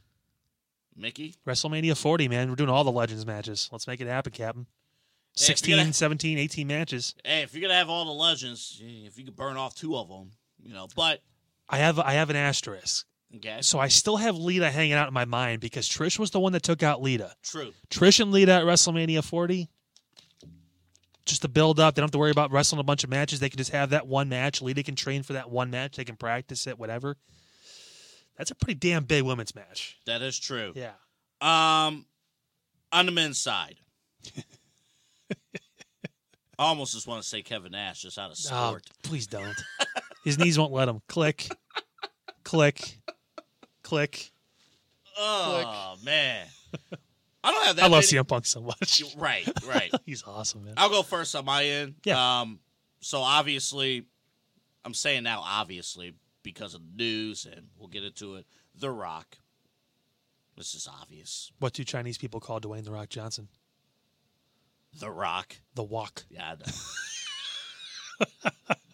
Speaker 2: Mickey.
Speaker 1: WrestleMania 40, man. We're doing all the Legends matches. Let's make it happen, Captain.
Speaker 2: Hey, if
Speaker 1: 16,
Speaker 2: you're gonna-
Speaker 1: 17, 18 matches.
Speaker 2: Hey, if you're gonna have all the legends, if you could burn off two of them, you know. But
Speaker 1: I have I have an asterisk.
Speaker 2: okay,
Speaker 1: So I still have Lita hanging out in my mind because Trish was the one that took out Lita.
Speaker 2: true.
Speaker 1: Trish and Lita at WrestleMania 40. Just to build up, they don't have to worry about wrestling a bunch of matches. They can just have that one match. Lita can train for that one match. They can practice it, whatever. That's a pretty damn big women's match.
Speaker 2: That is true.
Speaker 1: Yeah.
Speaker 2: Um, on the men's side, I almost just want to say Kevin Nash just out of
Speaker 1: Oh,
Speaker 2: sport.
Speaker 1: please don't. His knees won't let him. Click, click, click.
Speaker 2: Oh, man, I don't have that.
Speaker 1: I love
Speaker 2: many-
Speaker 1: CM Punk so much.
Speaker 2: Right, right.
Speaker 1: He's awesome, man.
Speaker 2: I'll go first on my end.
Speaker 1: Yeah.
Speaker 2: Um, so obviously, I'm saying now obviously because of the news, and we'll get into it. The Rock. This is obvious.
Speaker 1: What do Chinese people call Dwayne The Rock Johnson?
Speaker 2: The Rock.
Speaker 1: The Walk.
Speaker 2: Yeah, I know.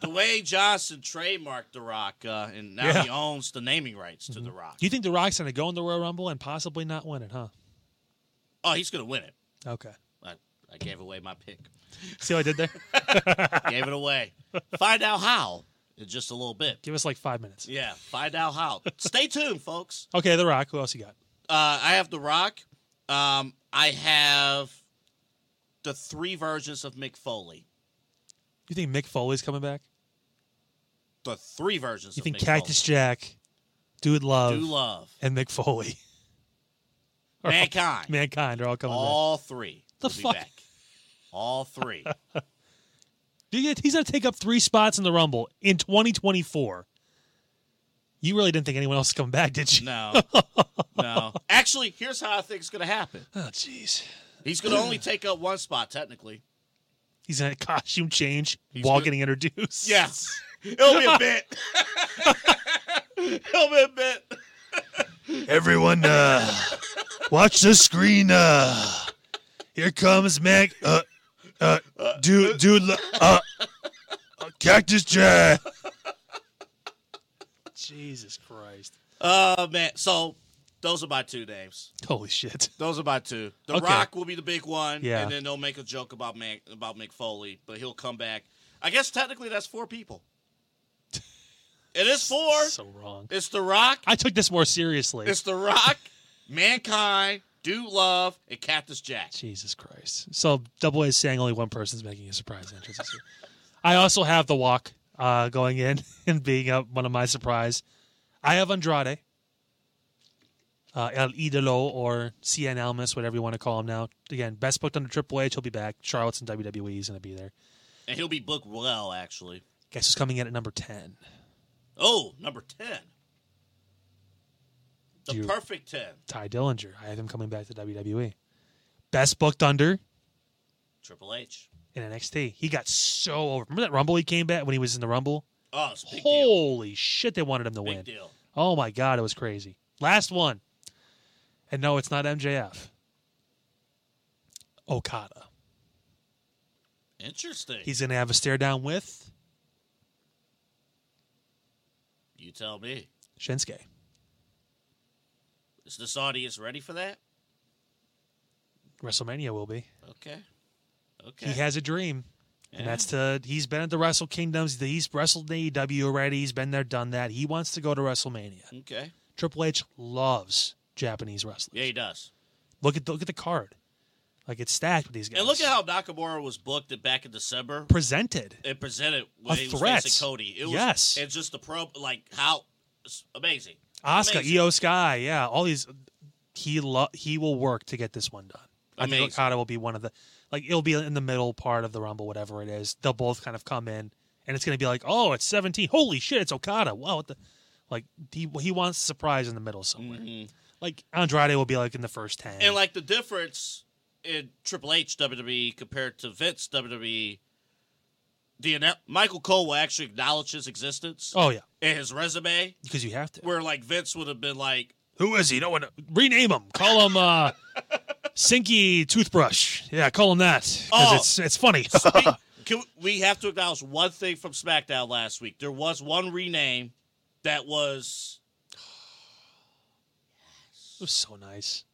Speaker 2: Dwayne Johnson trademarked The Rock, uh, and now
Speaker 1: Yeah.
Speaker 2: he owns the naming rights to The Rock.
Speaker 1: Do you think The Rock's going to go in the Royal Rumble and possibly not win it, huh?
Speaker 2: Oh, he's gonna win it.
Speaker 1: Okay.
Speaker 2: I, I gave away my pick.
Speaker 1: See what I did there?
Speaker 2: gave it away. Find out how in just a little bit.
Speaker 1: Give us like five minutes.
Speaker 2: Yeah, find out how. Stay tuned, folks.
Speaker 1: Okay, The Rock. Who else you got?
Speaker 2: Uh, I have The Rock. Um, I have the three versions of Mick Foley.
Speaker 1: You think Mick Foley's coming back?
Speaker 2: The three versions.
Speaker 1: You
Speaker 2: of
Speaker 1: think
Speaker 2: Mick
Speaker 1: Cactus Jack, Dude Love,
Speaker 2: Foley. Do love
Speaker 1: and Mick Foley, Are all-
Speaker 2: mankind.
Speaker 1: Mankind are all coming
Speaker 2: all three.
Speaker 1: The
Speaker 2: will be
Speaker 1: fuck?
Speaker 2: back. All three.
Speaker 1: back? Dude, he's going to take up three spots in the Rumble in 2024. You really didn't think anyone else was coming back, did you?
Speaker 2: No, no. Actually, here's how I think it's going to happen.
Speaker 1: Oh, jeez.
Speaker 2: He's going to only take up one spot technically.
Speaker 1: He's going to costume change
Speaker 2: He's
Speaker 1: while
Speaker 2: gonna-
Speaker 1: getting introduced.
Speaker 2: Yes, it'll be a bit. it'll be a bit.
Speaker 1: Everyone, uh, watch the screen. Uh, here comes Mac. Uh, uh, dude, dude, uh, Cactus Jack. Jesus Christ.
Speaker 2: Oh man. So those are my two names.
Speaker 1: Holy shit.
Speaker 2: Those are my two. The
Speaker 1: Okay.
Speaker 2: Rock will be the big one,
Speaker 1: Yeah.
Speaker 2: and then they'll make a joke about man, about McFoley, but he'll come back. I guess technically that's four people. It is four.
Speaker 1: So wrong.
Speaker 2: It's The Rock.
Speaker 1: I took this more seriously.
Speaker 2: It's The Rock, Mankind, Dude Love, and Cactus Jack.
Speaker 1: Jesus Christ. So Double A is saying only one person's making a surprise entrance. this year. I also have the walk uh, going in and being up one of my surprise. I have Andrade, uh, El Idolo, or CN Almas, whatever you want to call him now. Again, best booked under Triple H. He'll be back. Charlotte's in WWE. He's going to be there.
Speaker 2: And he'll be booked well, actually.
Speaker 1: Guess who's coming in at number 10?
Speaker 2: Oh, number 10. The
Speaker 1: You-
Speaker 2: perfect 10.
Speaker 1: Ty Dillinger. I have him coming back to WWE. Best booked under
Speaker 2: Triple H.
Speaker 1: in NXT. He got so over. Remember that Rumble he came back when he was in the Rumble?
Speaker 2: Oh, it's a big deal.
Speaker 1: Holy shit, they wanted him to
Speaker 2: Big
Speaker 1: win.
Speaker 2: deal.
Speaker 1: Oh my god, it was crazy. Last one. And no, it's not MJF. Okada.
Speaker 2: Interesting.
Speaker 1: He's gonna have a stare down with
Speaker 2: you tell me.
Speaker 1: Shinsuke.
Speaker 2: Is this audience ready for that?
Speaker 1: WrestleMania will be.
Speaker 2: Okay. Okay.
Speaker 1: He has a dream.
Speaker 2: Yeah.
Speaker 1: And that's to he's been at the Wrestle Kingdoms, he's wrestled in AEW already, he's been there, done that. He wants to go to WrestleMania.
Speaker 2: okay.
Speaker 1: Triple H loves Japanese wrestling.
Speaker 2: Yeah, he does.
Speaker 1: Look at the, look at the card. Like it's stacked with these guys.
Speaker 2: And look at how Nakamura was booked at- back in December
Speaker 1: presented.
Speaker 2: and presented when
Speaker 1: A
Speaker 2: he
Speaker 1: threat.
Speaker 2: was facing Cody. It was,
Speaker 1: Yes.
Speaker 2: And just the pro, like how it's amazing.
Speaker 1: Asuka,
Speaker 2: Amazing.
Speaker 1: Io Sky, yeah, all these. He lo- he will work to get this one done. I think
Speaker 2: Amazing.
Speaker 1: Okada will be one of the like it'll be in the middle part of the Rumble, whatever it is. They'll both kind of come in, and it's gonna be like, oh, it's seventeen. Holy shit, it's Okada. Wow, what the like he he wants a surprise in the middle somewhere.
Speaker 2: Mhm.
Speaker 1: Like Andrade will be like in the first ten.
Speaker 2: And like the difference in Triple H WWE compared to Vince WWE, the anno- Michael Cole will actually acknowledge his existence
Speaker 1: oh yeah,
Speaker 2: and his resume,
Speaker 1: because you have to.
Speaker 2: where like Vince would have been like,
Speaker 1: Who is he? No one. Rename him. Call him uh, Sinky Toothbrush. Yeah, call him that because
Speaker 2: Oh.
Speaker 1: it's it's funny.
Speaker 2: Hey, can we, we have to acknowledge one thing from SmackDown last week. There was one rename that was
Speaker 1: It was so nice.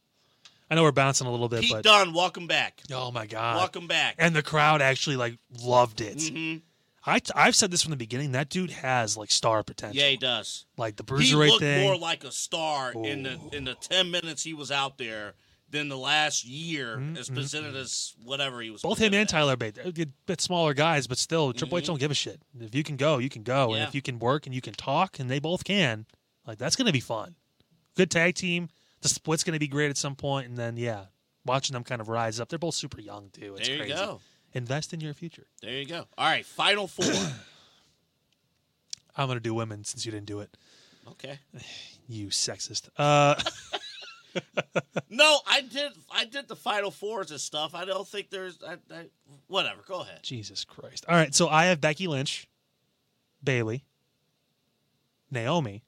Speaker 1: I know we're bouncing a little bit,
Speaker 2: Pete
Speaker 1: but
Speaker 2: Dunne. Welcome back.
Speaker 1: oh my god!
Speaker 2: welcome back.
Speaker 1: And the crowd actually like loved it.
Speaker 2: hmm
Speaker 1: I I've said this from the beginning. That dude has like star potential.
Speaker 2: Yeah, he does.
Speaker 1: like the
Speaker 2: He
Speaker 1: bruiserweight
Speaker 2: looked
Speaker 1: thing.
Speaker 2: more like a star in the
Speaker 1: Ooh.
Speaker 2: in the ten minutes he was out there than the last year
Speaker 1: Mm,
Speaker 2: as
Speaker 1: mm,
Speaker 2: presented as whatever he was.
Speaker 1: Both him
Speaker 2: presented
Speaker 1: and
Speaker 2: as.
Speaker 1: Tyler Bate, they're a bit smaller guys, but still, Triple H
Speaker 2: Mhm.
Speaker 1: don't give a shit. If you can go, you can go,
Speaker 2: Yeah.
Speaker 1: and if you can work and you can talk, and they both can, like that's gonna be fun. Good tag team. The split's gonna be great at some point, and then yeah, watching them kind of rise up. They're both super young too. It's
Speaker 2: There you
Speaker 1: crazy.
Speaker 2: go.
Speaker 1: Invest in your future.
Speaker 2: There you go. All right, final four.
Speaker 1: I'm gonna do women since you didn't do it.
Speaker 2: okay.
Speaker 1: You sexist. Uh.
Speaker 2: No, I did. I did the final fours and stuff. I don't think there's. I, I, whatever. Go ahead.
Speaker 1: Jesus Christ. All right, so I have Becky Lynch, Bailey, Naomi,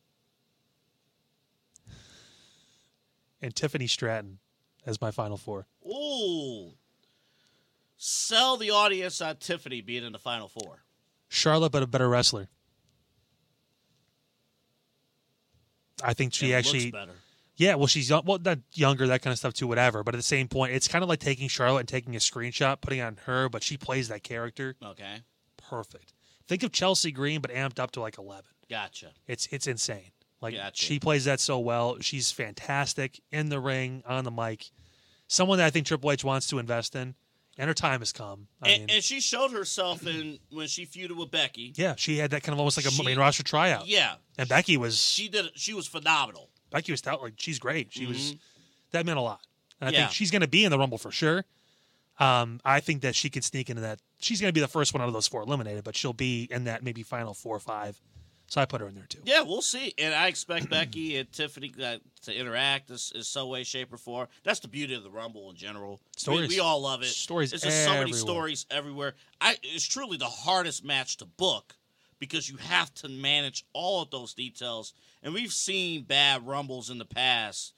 Speaker 1: and Tiffany Stratton as my final four.
Speaker 2: Ooh. Sell the audience on Tiffany being in the final four.
Speaker 1: Charlotte, but a better wrestler. I think she
Speaker 2: It looks
Speaker 1: actually,
Speaker 2: better.
Speaker 1: yeah. Well, she's young, well, that younger, that kind of stuff too, whatever. But at the same point, it's kind of like taking Charlotte and taking a screenshot, putting it on her, but she plays that character
Speaker 2: Okay.
Speaker 1: perfect. Think of Chelsea Green, but amped up to like eleven.
Speaker 2: Gotcha.
Speaker 1: It's it's insane. Like
Speaker 2: Gotcha.
Speaker 1: she plays that so well. She's fantastic in the ring, on the mic. Someone that I think Triple H wants to invest in, and her time has come. I
Speaker 2: and,
Speaker 1: mean,
Speaker 2: and she showed herself in when she feuded with Becky.
Speaker 1: yeah, she had that kind of almost like a
Speaker 2: She-
Speaker 1: main roster tryout.
Speaker 2: Yeah,
Speaker 1: and Becky was
Speaker 2: she did. She was phenomenal.
Speaker 1: Becky was out like she's great. She was that meant a lot. And I
Speaker 2: Mm-hmm. Yeah.
Speaker 1: think she's going to be in the Rumble for sure. Um, I think that she could sneak into that. She's going to be the first one out of those four eliminated, but she'll be in that maybe final four or five. So I put her in there too.
Speaker 2: Yeah, we'll see. And I expect Becky and Tiffany uh, to interact in, s- in some way, shape, or form. That's the beauty of the Rumble in general. We-
Speaker 1: Stories.
Speaker 2: We, all love it.
Speaker 1: Stories
Speaker 2: It's just so many
Speaker 1: everywhere.
Speaker 2: stories everywhere. I. It's truly the hardest match to book because you have to manage all of those details. And we've seen bad Rumbles in the past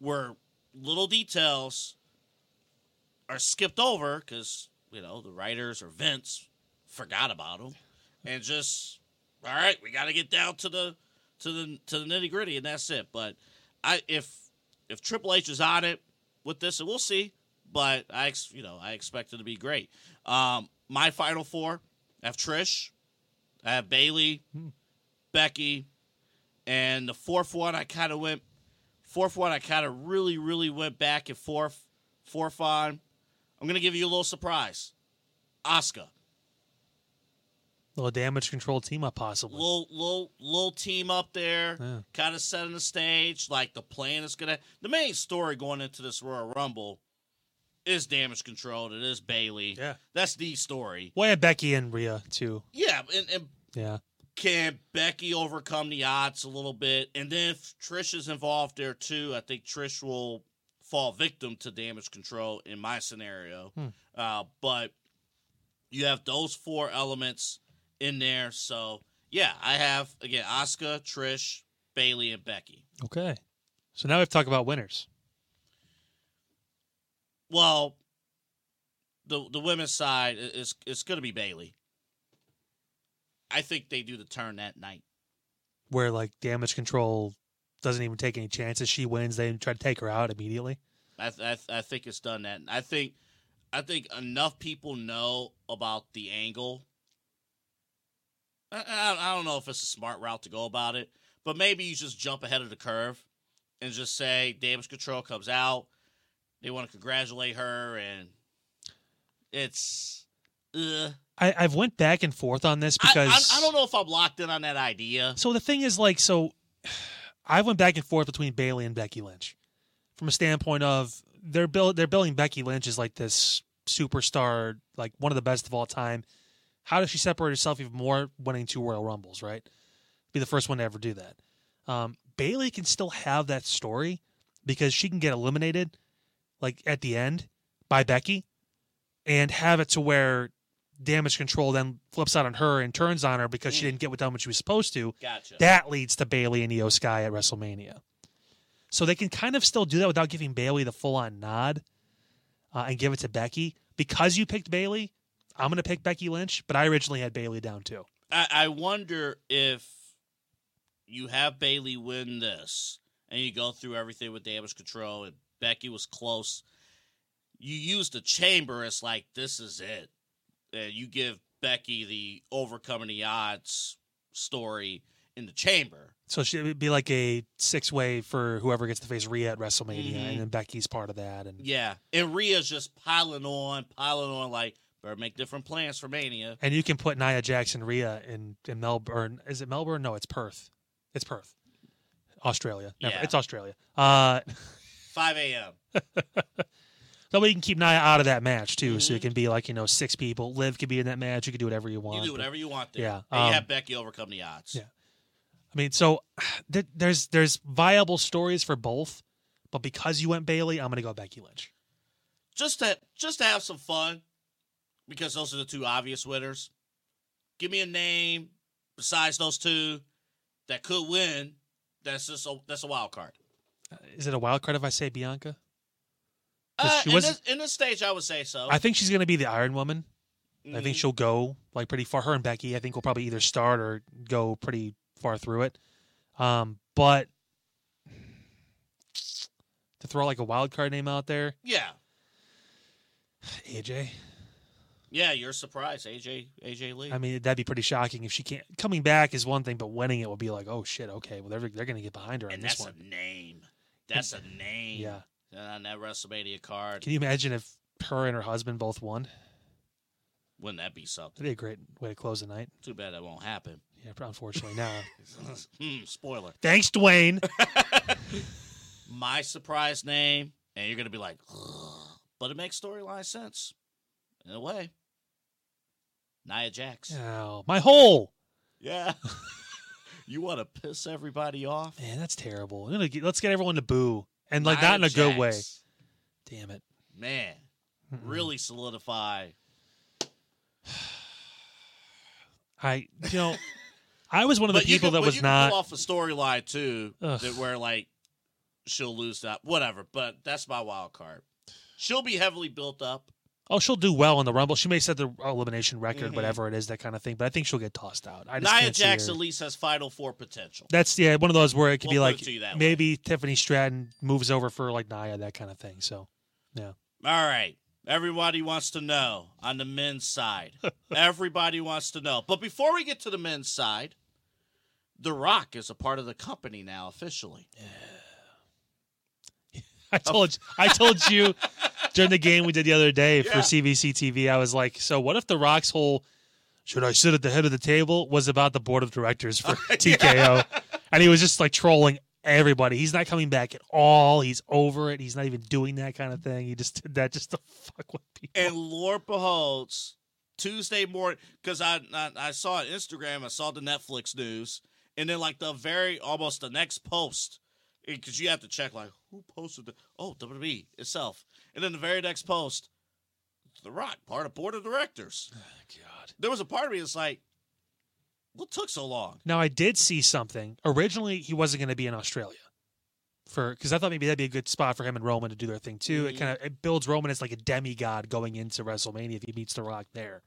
Speaker 2: where little details are skipped over because you know the writers or Vince forgot about them, and just all right, we got to get down to the to the to the nitty gritty, and that's it. But I if if Triple H is on it with this, and we'll see. But I ex- you know I expect it to be great. Um, my final four: I have Trish, I have Bailey, Becky, and the fourth one I kind of went, fourth one I kind of really really went back and forth, fourth on. I'm gonna give you a little surprise, Oscar.
Speaker 1: Little damage control team up, possibly.
Speaker 2: Little little little team up there,
Speaker 1: Yeah.
Speaker 2: kind of setting the stage. Like the plan is gonna. The main story going into this Royal Rumble is damage control. and It is Bailey.
Speaker 1: Yeah.
Speaker 2: That's the story.
Speaker 1: Well, yeah, Becky and Rhea too.
Speaker 2: Yeah, and, and
Speaker 1: Yeah,
Speaker 2: can Becky overcome the odds a little bit? And then if Trish is involved there too, I think Trish will fall victim to damage control in my scenario.
Speaker 1: Hmm.
Speaker 2: Uh, but you have those four elements in there. So yeah, I have again Asuka, Trish, Bailey, and Becky.
Speaker 1: Okay. So now we have to talk about winners.
Speaker 2: Well, the the women's side i- is it's gonna be Bailey. I think they do the turn that night.
Speaker 1: Where like damage control doesn't even take any chances. She wins, they try to take her out immediately.
Speaker 2: I th- I, th- I think it's done that. I think I think enough people know about the angle. I, I, I don't know if it's a smart route to go about it, but maybe you just jump ahead of the curve and just say damage control comes out. They want to congratulate her, and it's. Uh,
Speaker 1: I, I've went back and forth on this
Speaker 2: I,
Speaker 1: because
Speaker 2: I, I don't know if I'm locked in on that idea.
Speaker 1: So the thing is, like, so I went back and forth between Bailey and Becky Lynch from a standpoint of they're build they're building Becky Lynch as like this superstar, like one of the best of all time. How does she separate herself even more, winning two Royal Rumbles? Right, be the first one to ever do that. Um, Bailey can still have that story because she can get eliminated, like at the end by Becky, and have it to where damage control then flips out on her and turns on her because she
Speaker 2: Mm.
Speaker 1: didn't get what done what she was supposed to
Speaker 2: Gotcha.
Speaker 1: that leads to Bailey and Io Sky at WrestleMania. So they can kind of still do that without giving Bailey the full on nod uh, and give it to Becky. Because you picked Bailey, I'm going to pick Becky Lynch, but I originally had Bailey down too.
Speaker 2: I, I wonder if you have Bailey win this and you go through everything with damage control and Becky was close. You use the chamber as like this is it. And you give Becky the overcoming the odds story in the chamber.
Speaker 1: So she, it would be like a six way for whoever gets to face Rhea at WrestleMania,
Speaker 2: Mhm.
Speaker 1: and then Becky's part of that. And
Speaker 2: Yeah. And Rhea's just piling on, piling on like better make different plans for Mania.
Speaker 1: and you can put Nia Jackson, Rhea in, in Melbourne. Is it Melbourne? No, it's Perth. It's Perth, Australia. Never,
Speaker 2: Yeah.
Speaker 1: It's Australia. Uh,
Speaker 2: Five AM.
Speaker 1: That way you can keep Nia out of that match too, so
Speaker 2: Mhm.
Speaker 1: it can be like you know six people. Liv could be in that match. You could do whatever you want.
Speaker 2: You do
Speaker 1: but-
Speaker 2: whatever you want there.
Speaker 1: Yeah,
Speaker 2: And
Speaker 1: um,
Speaker 2: you have Becky overcome the odds.
Speaker 1: yeah. I mean, so th- there's there's viable stories for both, but because you went Bailey, I'm gonna go Becky Lynch.
Speaker 2: just to just to have some fun, because those are the two obvious winners. Give me a name besides those two that could win. That's just a, that's a wild card.
Speaker 1: Uh, Is it a wild card if I say Bianca? 'Cause
Speaker 2: Uh,
Speaker 1: she
Speaker 2: in,
Speaker 1: wasn't-
Speaker 2: this, in this stage, I would say so.
Speaker 1: I think she's gonna be the Iron Woman. I think
Speaker 2: Mhm.
Speaker 1: she'll go like pretty far. Her and Becky, I think, will probably either start or go pretty far through it. Um, but to throw like a wild card name out there,
Speaker 2: Yeah,
Speaker 1: AJ.
Speaker 2: yeah. You're surprised, AJ AJ Lee.
Speaker 1: I mean, that'd be pretty shocking if she can't. Coming back is one thing, but winning it would be like, oh shit, okay, well they're they're gonna get behind her on
Speaker 2: and
Speaker 1: this
Speaker 2: that's
Speaker 1: one.
Speaker 2: a name. That's a name.
Speaker 1: Yeah,
Speaker 2: And on that WrestleMania card,
Speaker 1: can you imagine if her and her husband both won?
Speaker 2: wouldn't that be something?
Speaker 1: That'd be a great way to close the night.
Speaker 2: Too bad that won't happen.
Speaker 1: Yeah, but unfortunately, now.
Speaker 2: Hmm, spoiler.
Speaker 1: Thanks, Dwayne.
Speaker 2: my surprise name, and you're gonna be like, "Ugh," but it makes storyline sense in a way. Nia Jax.
Speaker 1: Ow, my hole.
Speaker 2: Yeah. you want to piss everybody off?
Speaker 1: Man, that's terrible. I'm gonna get- let's get everyone to boo, and like not in a
Speaker 2: Nia
Speaker 1: good way.
Speaker 2: Jax,
Speaker 1: Damn it.
Speaker 2: Man,
Speaker 1: Mm-mm.
Speaker 2: really solidify.
Speaker 1: I you know, I was one of the
Speaker 2: But you
Speaker 1: people
Speaker 2: can,
Speaker 1: that
Speaker 2: but
Speaker 1: was
Speaker 2: you can
Speaker 1: not.
Speaker 2: pull off a storyline too
Speaker 1: Ugh.
Speaker 2: that where like she'll lose that whatever. But that's my wild card. She'll be heavily built up.
Speaker 1: Oh, she'll do well in the Rumble. She may set the elimination record,
Speaker 2: Mhm.
Speaker 1: whatever it is, that kind of thing. But I think she'll get tossed out. I just
Speaker 2: Nia
Speaker 1: can't see
Speaker 2: Jax
Speaker 1: her-
Speaker 2: at least has Final Four potential.
Speaker 1: That's yeah, one of those where it could
Speaker 2: We'll put it to
Speaker 1: be
Speaker 2: you
Speaker 1: like
Speaker 2: that
Speaker 1: maybe Tiffany Stratton moves over for like Naya, that kind of thing. So
Speaker 2: All right. Everybody wants to know on the men's side. Everybody wants to know. But before we get to the men's side, The Rock is a part of the company now officially.
Speaker 1: I
Speaker 2: Oh.
Speaker 1: told I told you during the game we did the other day for
Speaker 2: Yeah.
Speaker 1: CBC TV. I was like, so what if the Rock's whole should I sit at the head of the table was about the board of directors for TKO, and he was just like trolling everybody. He's not coming back at all. He's over it. He's not even doing that kind of thing. He just did that just to fuck with people.
Speaker 2: And Lord beholds Tuesday morning because I, I I saw on Instagram, I saw the Netflix news, and then like the very almost the next post because you have to check like who posted the oh WWE itself, and then the very next post, The Rock part of board of directors.
Speaker 1: God.
Speaker 2: There was a part of me that's like, what took so long?
Speaker 1: Now I did see something. Originally, he wasn't going to be in Australia for because I thought maybe that'd be a good spot for him and Roman to do their thing too. It
Speaker 2: Mhm.
Speaker 1: kind of it builds Roman as like a demigod going into WrestleMania if he meets The Rock there.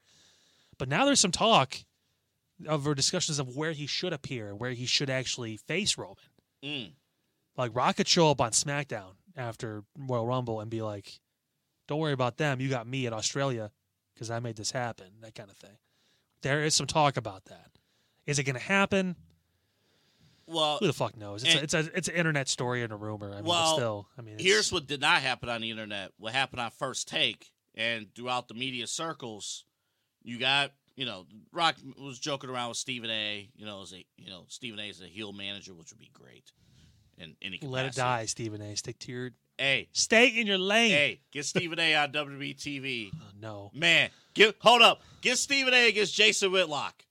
Speaker 1: But now there's some talk of or discussions of where he should appear and where he should actually face Roman.
Speaker 2: Mm.
Speaker 1: Like Rock could show up on SmackDown after Royal Rumble and be like, "Don't worry about them. You got me at Australia because I made this happen." That kind of thing. There is some talk about that. Is it going to happen?
Speaker 2: Well,
Speaker 1: Who the fuck knows? It's,
Speaker 2: Uh, And-
Speaker 1: a, it's a it's an internet story and a rumor. I mean,
Speaker 2: Well,
Speaker 1: it's still, I mean, it's,
Speaker 2: Here's what did not happen on the internet. What happened on First Take and throughout the media circles, you got you know Rock was joking around with Stephen A. You know, as a you know Stephen A. is a heel manager, which would be great. And any
Speaker 1: let it
Speaker 2: capacity.
Speaker 1: die, Stephen A. Stick to your
Speaker 2: Hey,
Speaker 1: stay in your lane.
Speaker 2: hey, get Stephen A. on WWE TV.
Speaker 1: Oh, no,
Speaker 2: Man, get hold up, get Stephen A. against Jason Whitlock.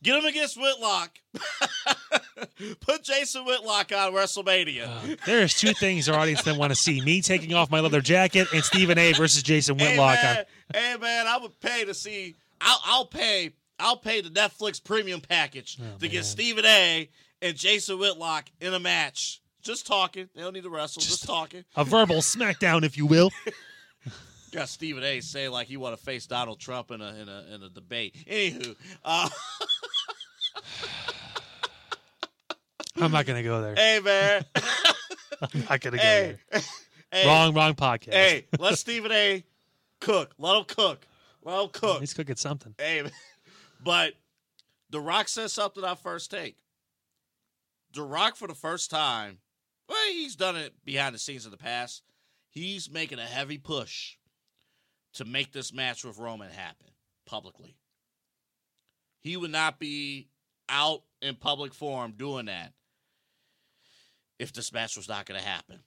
Speaker 2: Get him against Whitlock. Put Jason Whitlock on WrestleMania.
Speaker 1: Uh, there's two things our audience then want to see: me taking off my leather jacket and Stephen A. versus Jason Whitlock.
Speaker 2: Hey
Speaker 1: on-
Speaker 2: man, hey man, I would pay to see. I'll, I'll pay. I'll pay the Netflix premium package
Speaker 1: Oh,
Speaker 2: to
Speaker 1: man.
Speaker 2: get Stephen A. and Jason Whitlock in a match. Just talking. They don't need to wrestle. Just,
Speaker 1: Just-
Speaker 2: talking.
Speaker 1: a verbal smackdown, if you will.
Speaker 2: Got Stephen A. say like he want to face Donald Trump in a in a in a debate. Anywho, uh,
Speaker 1: I'm not gonna go there.
Speaker 2: hey man,
Speaker 1: I'm not gonna go
Speaker 2: hey, hey,
Speaker 1: there. Wrong, wrong podcast.
Speaker 2: hey, let Stephen A. cook. Let him cook. Let him cook.
Speaker 1: he's cooking something.
Speaker 2: Hey, but The Rock says something on first take. The Rock, for the first time, well, he's done it behind the scenes in the past. He's making a heavy push to make this match with Roman happen publicly. He would not be out in public forum doing that if this match was not going to happen.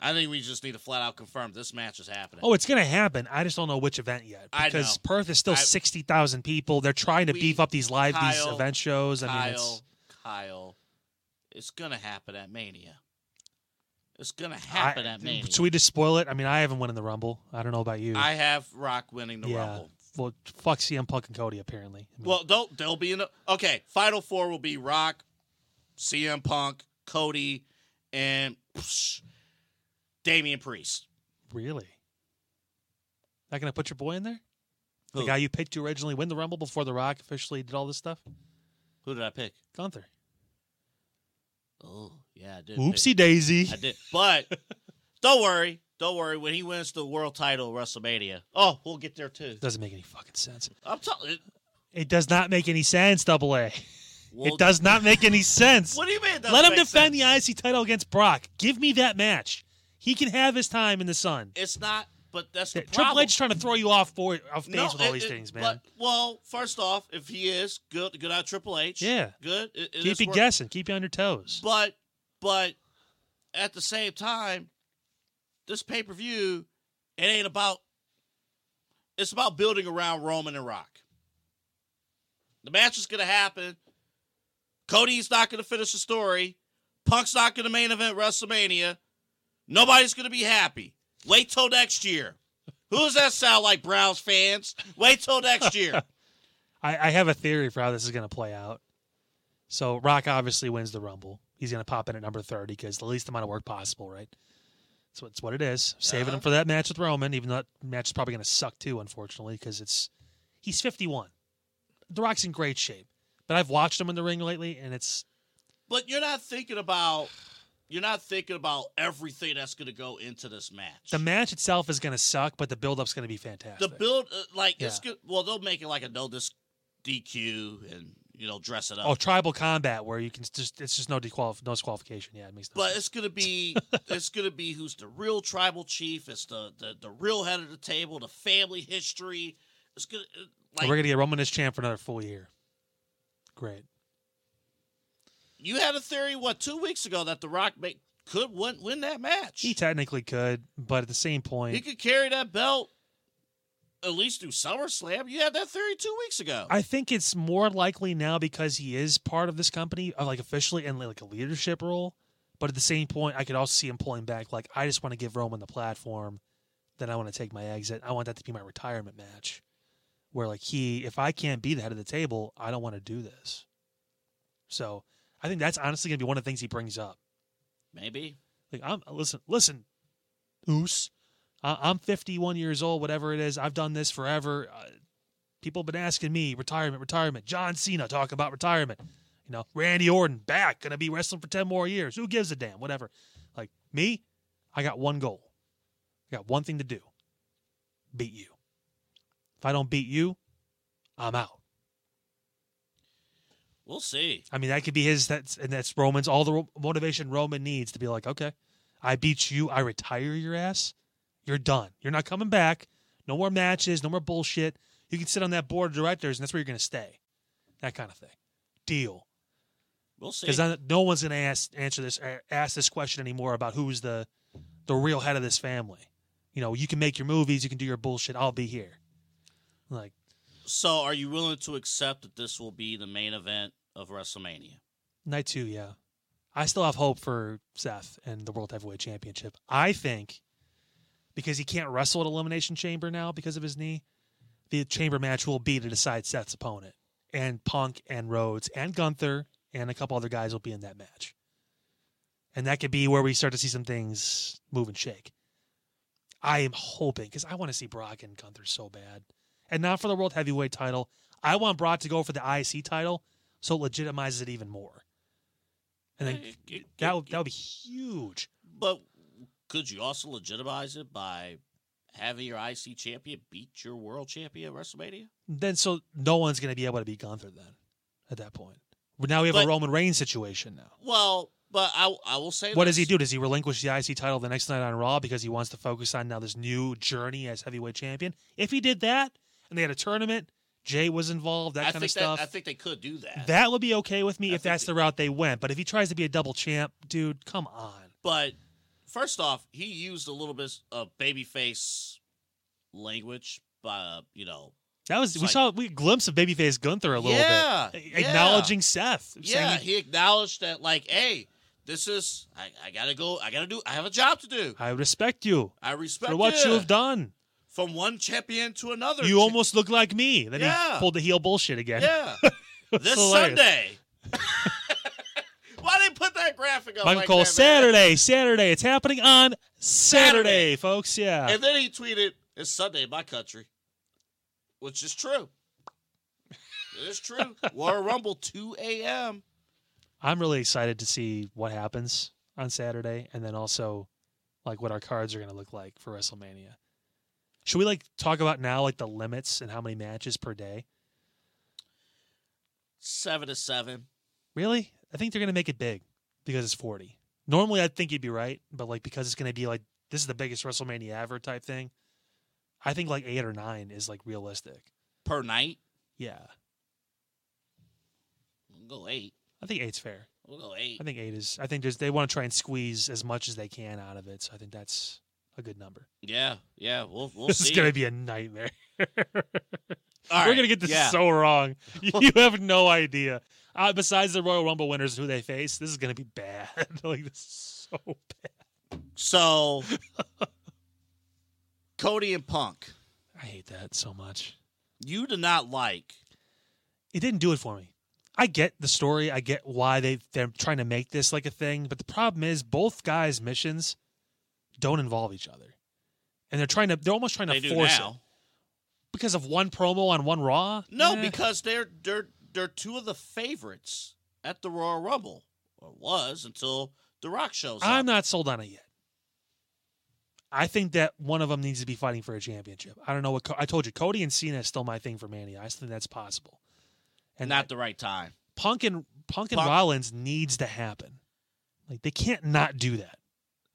Speaker 2: I think we just need to flat out confirm this match is happening.
Speaker 1: Oh, it's gonna happen. I just don't know which event yet
Speaker 2: I
Speaker 1: because
Speaker 2: know.
Speaker 1: Perth is still
Speaker 2: I-
Speaker 1: sixty thousand people. They're trying to
Speaker 2: We-
Speaker 1: beef up these live these
Speaker 2: Kyle-
Speaker 1: event shows. I mean, it's,
Speaker 2: Kyle, Kyle, it's gonna happen at Mania. It's gonna
Speaker 1: I-
Speaker 2: happen at Mania.
Speaker 1: Should we just spoil it? I mean, I haven't won in the Rumble. I don't know about you.
Speaker 2: I have Rock winning the
Speaker 1: yeah.
Speaker 2: Rumble.
Speaker 1: Well, fuck CM Punk and Cody apparently. I mean,
Speaker 2: Well, they'll they'll be in. The, okay, Final Four will be Rock, CM Punk, Cody, and psh, Damian Priest.
Speaker 1: really? Not gonna put your boy in there? The
Speaker 2: Who?
Speaker 1: guy you picked to originally win the Rumble before The Rock officially did all this stuff?
Speaker 2: Who did I pick?
Speaker 1: Gunther.
Speaker 2: Oh yeah, I did. pick-
Speaker 1: Oopsie daisy.
Speaker 2: I did, but don't worry, don't worry. When he wins the world title at WrestleMania, oh, we'll get there too.
Speaker 1: Doesn't make any fucking sense.
Speaker 2: I'm talking.
Speaker 1: It does not make any sense, double A.
Speaker 2: Well,
Speaker 1: it does not make any sense.
Speaker 2: What do you mean? it doesn't
Speaker 1: Let him
Speaker 2: make sense?
Speaker 1: defend the IC title against Brock. Give me that match. He can have his time in the sun.
Speaker 2: It's not, but that's the
Speaker 1: Triple
Speaker 2: problem.
Speaker 1: H trying to throw you off board, off base
Speaker 2: No,
Speaker 1: with all
Speaker 2: it-
Speaker 1: these
Speaker 2: it-
Speaker 1: things, man.
Speaker 2: But, well, first off, if he is good, good on Triple H.
Speaker 1: Yeah.
Speaker 2: good. It, it
Speaker 1: keep
Speaker 2: is
Speaker 1: you
Speaker 2: work-
Speaker 1: guessing, keep you on your toes.
Speaker 2: But, but at the same time, this pay per view, it ain't about. It's about building around Roman and Rock. The match is going to happen. Cody's not going to finish the story. Punk's not going to main event WrestleMania. Nobody's going to be happy. Wait till next year. Who does that sound like, Browns fans? Wait till next year.
Speaker 1: I, I have a theory for how this is going to play out. So Rock obviously wins the Rumble. He's going to pop in at number thirty because the least amount of work possible, right? So it's what it is. Saving
Speaker 2: Uh-huh.
Speaker 1: him for that match with Roman, even though that match is probably going to suck too, unfortunately, because it's he's fifty one. The Rock's in great shape, but I've watched him in the ring lately, and it's
Speaker 2: But you're not thinking about you're not thinking about everything that's going to go into this match.
Speaker 1: the match itself is going to suck, but the build-up's going to be fantastic.
Speaker 2: the build uh, like it's
Speaker 1: Yeah.
Speaker 2: good well they'll make it like a no this DQ and you know, dress it up.
Speaker 1: Oh, tribal combat where you can just it's just no disqualif- no disqualification. Yeah, it makes no
Speaker 2: But
Speaker 1: sense.
Speaker 2: it's gonna be it's gonna be who's the real tribal chief. It's the the, the real head of the table, the family history. It's gonna uh, like
Speaker 1: We're gonna get Roman as champ for another full year. Great.
Speaker 2: you had a theory what two weeks ago that the Rock may, could win, win that match.
Speaker 1: He technically could, but at the same
Speaker 2: he
Speaker 1: point,
Speaker 2: could carry that belt at least through SummerSlam. You had that theory two weeks ago.
Speaker 1: I think it's more likely now because he is part of this company, uh, like officially in like a leadership role. But at the same point, I could also see him pulling back. Like I just want to give Roman the platform. Then I want to take my exit. I want that to be my retirement match, where like he, if I can't be the head of the table, I don't want to do this. So I think that's honestly gonna be one of the things he brings up.
Speaker 2: Maybe
Speaker 1: Like I'm listen, listen, Oos. I, I'm 51 years old. Whatever it is, I've done this forever. Uh, people have been asking me retirement, retirement. John Cena talk about retirement. You know, Randy Orton back, gonna be wrestling for 10 more years. Who gives a damn? Whatever. Like me, I got one goal. I got one thing to do: beat you. If I don't beat you, I'm out.
Speaker 2: we'll see.
Speaker 1: I mean, that could be his. That's and that's Roman's all the ro- motivation Roman needs to be like, okay, I beat you, I retire your ass, you're done, you're not coming back, no more matches, no more bullshit. You can sit on that board of directors, and that's where you're gonna stay. That kind of thing. Deal,
Speaker 2: We'll see.
Speaker 1: because no one's gonna ask answer this or ask this question anymore about who's the the real head of this family. You know, you can make your movies, you can do your bullshit. I'll be here. Like,
Speaker 2: So, are you willing to accept that this will be the main event of WrestleMania?
Speaker 1: Night two, yeah. I still have hope for Seth and the World Heavyweight Championship. I think because he can't wrestle at Elimination Chamber now because of his knee, the chamber match will be to decide Seth's opponent. And Punk and Rhodes and Gunther and a couple other guys will be in that match. And that could be where we start to see some things move and shake. I am hoping because I want to see Brock and Gunther so bad. And not for the World Heavyweight title. I want Brock to go for the IC title so it legitimizes it even more. And then
Speaker 2: It- it- it-
Speaker 1: that would, that would be huge.
Speaker 2: But could you also legitimize it by having your IC champion beat your world champion at WrestleMania?
Speaker 1: Then so no one's going to be able to beat Gunther then at that point. But now we have a
Speaker 2: But-
Speaker 1: Roman Reigns situation now.
Speaker 2: Well, but I I will say
Speaker 1: What does he
Speaker 2: this.
Speaker 1: do? Does he relinquish the IC title the next night on Raw because he wants to focus on now this new journey as heavyweight champion? If he did that and they had a tournament, Jay was involved, that
Speaker 2: I
Speaker 1: kind
Speaker 2: think
Speaker 1: of stuff.
Speaker 2: That, I think they could do that.
Speaker 1: that would be okay with me
Speaker 2: I
Speaker 1: if
Speaker 2: think
Speaker 1: that's
Speaker 2: they-
Speaker 1: the route they went. But if he tries to be a double champ, dude, come on.
Speaker 2: But first off, he used a little bit of babyface language, uh, you know.
Speaker 1: That was
Speaker 2: It's
Speaker 1: we
Speaker 2: like-
Speaker 1: saw we glimpse of babyface Gunther a little
Speaker 2: yeah,
Speaker 1: bit,
Speaker 2: yeah.
Speaker 1: acknowledging Seth.
Speaker 2: Yeah,
Speaker 1: saying,
Speaker 2: he acknowledged that, like, hey, this is I, I gotta go. I gotta do. I have a job to do.
Speaker 1: I respect you
Speaker 2: I respect
Speaker 1: for what
Speaker 2: you.
Speaker 1: you have done.
Speaker 2: from one champion to another.
Speaker 1: You
Speaker 2: cha-
Speaker 1: almost look like me. Then
Speaker 2: Yeah.
Speaker 1: he pulled the heel bullshit again.
Speaker 2: yeah.
Speaker 1: It was
Speaker 2: this
Speaker 1: hilarious.
Speaker 2: Sunday. Why they put that graphic up? like
Speaker 1: Michael,
Speaker 2: that, man?
Speaker 1: Saturday, Saturday. It's happening on Saturday,
Speaker 2: Saturday.
Speaker 1: folks. Yeah.
Speaker 2: And then he tweeted, "It's Sunday in my country," which is true. It's true. War Rumble, two a.m.
Speaker 1: I'm really excited to see what happens on Saturday and then also like what our cards are going to look like for WrestleMania. Should we like talk about now like the limits and how many matches per day?
Speaker 2: Seven to seven.
Speaker 1: Really? I think they're going to make it big because it's 40. Normally I'd think you'd be right, but like because it's going to be like this is the biggest WrestleMania ever type thing. I think like 8 or 9 is like realistic.
Speaker 2: per night.
Speaker 1: Yeah.
Speaker 2: We'll go eight.
Speaker 1: I think eight's fair.
Speaker 2: We'll go eight.
Speaker 1: I think eight is. I think there's. They want to try and squeeze as much as they can out of it. So I think that's a good number.
Speaker 2: Yeah, yeah. We'll we'll
Speaker 1: this
Speaker 2: see.
Speaker 1: is gonna be a nightmare.
Speaker 2: All
Speaker 1: We're
Speaker 2: right,
Speaker 1: gonna get this
Speaker 2: yeah.
Speaker 1: so wrong. You, you have no idea. Uh, besides the Royal Rumble winners, and who they face, this is gonna be bad. like this is so bad.
Speaker 2: so. Cody and Punk,
Speaker 1: I hate that so much.
Speaker 2: you do not like.
Speaker 1: It didn't do it for me. I get the story. I get why they they're trying to make this like a thing. But the problem is, both guys' missions don't involve each other, and they're trying to. They're almost trying to
Speaker 2: They do
Speaker 1: force
Speaker 2: now.
Speaker 1: it. because of one promo on one Raw?
Speaker 2: No,
Speaker 1: Eh.
Speaker 2: because they're they're they're two of the favorites at the Royal Rumble, or was until The Rock shows up.
Speaker 1: I'm not sold on it yet. I think that one of them needs to be fighting for a championship. I don't know what Co- I told you. Cody and Cena is still my thing for Mania. I still think that's possible. And
Speaker 2: not the right time.
Speaker 1: Punk and Punk and
Speaker 2: Punk-
Speaker 1: Rollins needs to happen. Like they can't not do that.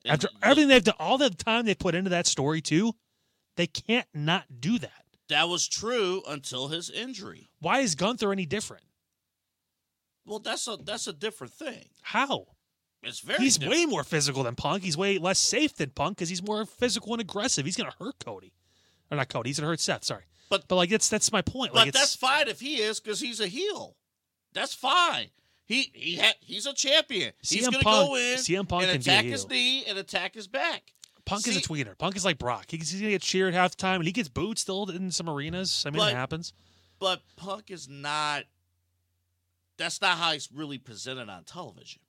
Speaker 2: And
Speaker 1: After
Speaker 2: th-
Speaker 1: everything they've done, all the time they put into that story too, they can't not do that.
Speaker 2: that was true until his injury.
Speaker 1: Why is Gunther any different?
Speaker 2: Well, that's a that's a different thing.
Speaker 1: How?
Speaker 2: It's very
Speaker 1: he's
Speaker 2: different.
Speaker 1: way more physical than Punk. He's way less safe than Punk because he's more physical and aggressive. He's gonna hurt Cody, or not Cody. He's gonna hurt Seth. Sorry,
Speaker 2: But-
Speaker 1: but like that's that's my point.
Speaker 2: But
Speaker 1: like
Speaker 2: that's
Speaker 1: it's,
Speaker 2: fine if he is because he's a heel. That's fine. He he ha- he's a champion. he's
Speaker 1: CM
Speaker 2: gonna
Speaker 1: Punk-
Speaker 2: go in
Speaker 1: CM Punk
Speaker 2: and
Speaker 1: can be a
Speaker 2: attack his
Speaker 1: heel.
Speaker 2: knee and attack his back.
Speaker 1: Punk is a
Speaker 2: see-
Speaker 1: tweener. Punk is like Brock. He's, he's gonna get cheered half the time, and he gets booed still in some arenas. I mean,
Speaker 2: But-
Speaker 1: it happens.
Speaker 2: But Punk is not. That's not how he's really presented on television.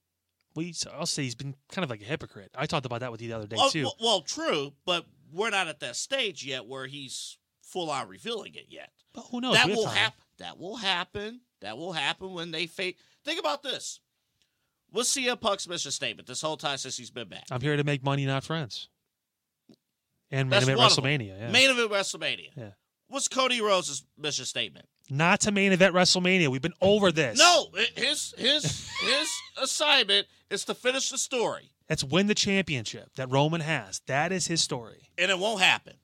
Speaker 1: We I'll say he's been kind of like a hypocrite. I talked about that with you the other day
Speaker 2: Oh,
Speaker 1: too.
Speaker 2: well, well, true, but we're not at that stage yet where he's full on revealing it yet.
Speaker 1: but who knows?
Speaker 2: that
Speaker 1: We have
Speaker 2: will
Speaker 1: Oh, time.
Speaker 2: happen. That will happen. That will happen when they face. Think about this. What's CM Punk's mission statement this whole time since he's been back?
Speaker 1: I'm here to make money, not friends. And Uh, main
Speaker 2: That's
Speaker 1: event
Speaker 2: one of them.
Speaker 1: WrestleMania. Yeah.
Speaker 2: Main event WrestleMania.
Speaker 1: Yeah.
Speaker 2: What's Cody Rhodes' mission statement?
Speaker 1: Not to main event WrestleMania. We've been over this.
Speaker 2: No, i- his his his assignment is to finish the story,
Speaker 1: That's win the championship that Roman has. That is his story.
Speaker 2: and it won't happen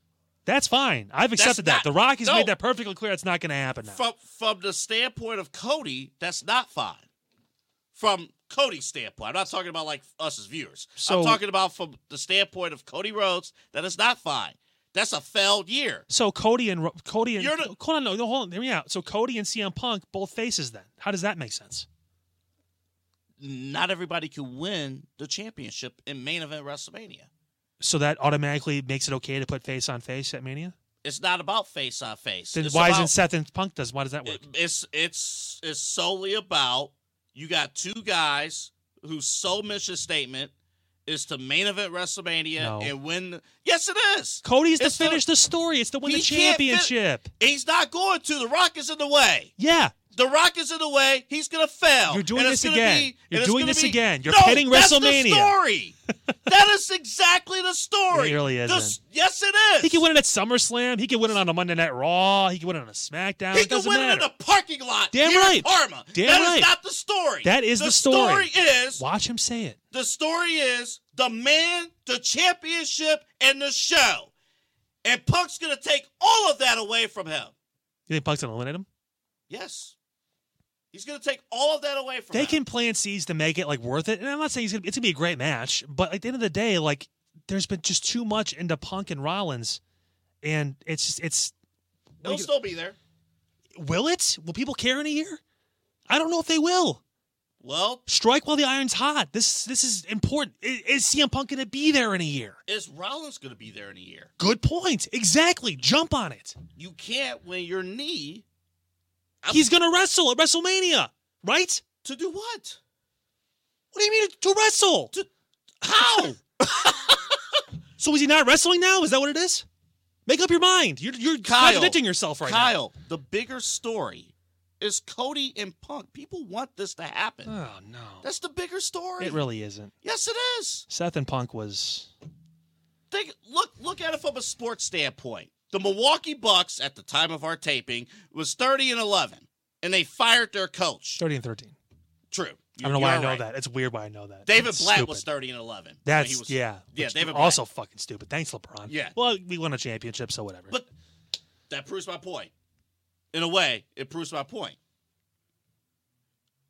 Speaker 1: That's fine. I've accepted that.
Speaker 2: not-
Speaker 1: The Rock has
Speaker 2: no.
Speaker 1: made that perfectly clear. It's not going to happen now.
Speaker 2: from from the standpoint of Cody. That's not fine. From Cody's standpoint, I'm not talking about like us as viewers.
Speaker 1: So-
Speaker 2: I'm talking about from the standpoint of Cody Rhodes. That is not fine. That's a failed year.
Speaker 1: so Cody and Ro- Cody and
Speaker 2: You're the-
Speaker 1: hold on, no, no, hold on, hear me out. So Cody and CM Punk both faces. Then how does that make sense?
Speaker 2: not everybody can win the championship in main event WrestleMania.
Speaker 1: So that automatically makes it okay to put face on face at Mania.
Speaker 2: It's not about face on face.
Speaker 1: Then
Speaker 2: It's
Speaker 1: why
Speaker 2: about,
Speaker 1: isn't Seth and Punk does? Why does that work?
Speaker 2: It's it's it's solely about you got two guys whose sole mission statement is to main event WrestleMania
Speaker 1: No.
Speaker 2: and win. the- yes, it is.
Speaker 1: Cody's to
Speaker 2: It's the-
Speaker 1: finish the, story. It's to win
Speaker 2: He
Speaker 1: the
Speaker 2: can't fin-
Speaker 1: championship.
Speaker 2: He's not going to. The Rock is in the way.
Speaker 1: yeah,
Speaker 2: The Rock is in the way. He's gonna fail.
Speaker 1: You're doing
Speaker 2: And
Speaker 1: this
Speaker 2: it's gonna
Speaker 1: again.
Speaker 2: be-
Speaker 1: You're
Speaker 2: and it's
Speaker 1: doing
Speaker 2: gonna
Speaker 1: this
Speaker 2: be-
Speaker 1: again. You're
Speaker 2: no,
Speaker 1: pitting
Speaker 2: that's the
Speaker 1: WrestleMania.
Speaker 2: story. that is exactly the story.
Speaker 1: It really
Speaker 2: The
Speaker 1: isn't.
Speaker 2: s- yes, it is.
Speaker 1: he can win it at SummerSlam. He can win it on a Monday Night Raw. He can win it on a SmackDown.
Speaker 2: He
Speaker 1: it
Speaker 2: can
Speaker 1: doesn't
Speaker 2: win
Speaker 1: matter.
Speaker 2: it in a parking lot.
Speaker 1: Damn
Speaker 2: here in
Speaker 1: right.
Speaker 2: Parma.
Speaker 1: Damn
Speaker 2: That is
Speaker 1: right.
Speaker 2: not the story.
Speaker 1: That is the story.
Speaker 2: is
Speaker 1: Watch him say it.
Speaker 2: the story is the man, the championship, and the show. And Punk's gonna take all of that away from him.
Speaker 1: You think Punk's gonna eliminate him?
Speaker 2: Yes. He's gonna take all of that away from
Speaker 1: they
Speaker 2: him.
Speaker 1: can plan C's to make it like worth it. And I'm not saying it's gonna, it's gonna be a great match, but at the end of the day, like there's been just too much into Punk and Rollins, and it's just, it's
Speaker 2: He'll still be there.
Speaker 1: will it? Will people care in a year? I don't know if they will.
Speaker 2: Well,
Speaker 1: Strike while the iron's hot. This this is important. Is, is CM Punk gonna be there in a year?
Speaker 2: is Rollins gonna be there in a year?
Speaker 1: Good point. Exactly. Jump on it.
Speaker 2: You can't win your knee I'm-
Speaker 1: He's gonna wrestle at WrestleMania, right?
Speaker 2: to do what?
Speaker 1: What do you mean to wrestle?
Speaker 2: How?
Speaker 1: So is he not wrestling now? Is that what it is? Make up your mind. You're you're
Speaker 2: Kyle.
Speaker 1: contradicting yourself right now.
Speaker 2: Kyle, the bigger story is Cody and Punk. People want this to happen.
Speaker 1: Oh no.
Speaker 2: That's the bigger story.
Speaker 1: It really isn't.
Speaker 2: yes, it is.
Speaker 1: Seth and Punk was
Speaker 2: Think, look, look at it from a sports standpoint. The Milwaukee Bucks, at the time of our taping, was thirty and eleven, and they fired their coach.
Speaker 1: 30 and 13.
Speaker 2: True.
Speaker 1: I don't know why
Speaker 2: You're
Speaker 1: I know
Speaker 2: right.
Speaker 1: that. It's weird why I know that.
Speaker 2: David
Speaker 1: It's
Speaker 2: Blatt
Speaker 1: stupid.
Speaker 2: was thirty and eleven. when
Speaker 1: That's
Speaker 2: he was-
Speaker 1: yeah.
Speaker 2: Yeah,
Speaker 1: which-
Speaker 2: David Blatt.
Speaker 1: also fucking stupid. Thanks LeBron.
Speaker 2: Yeah.
Speaker 1: Well, we won a championship, so whatever.
Speaker 2: But- That proves my point. In a way, it proves my point.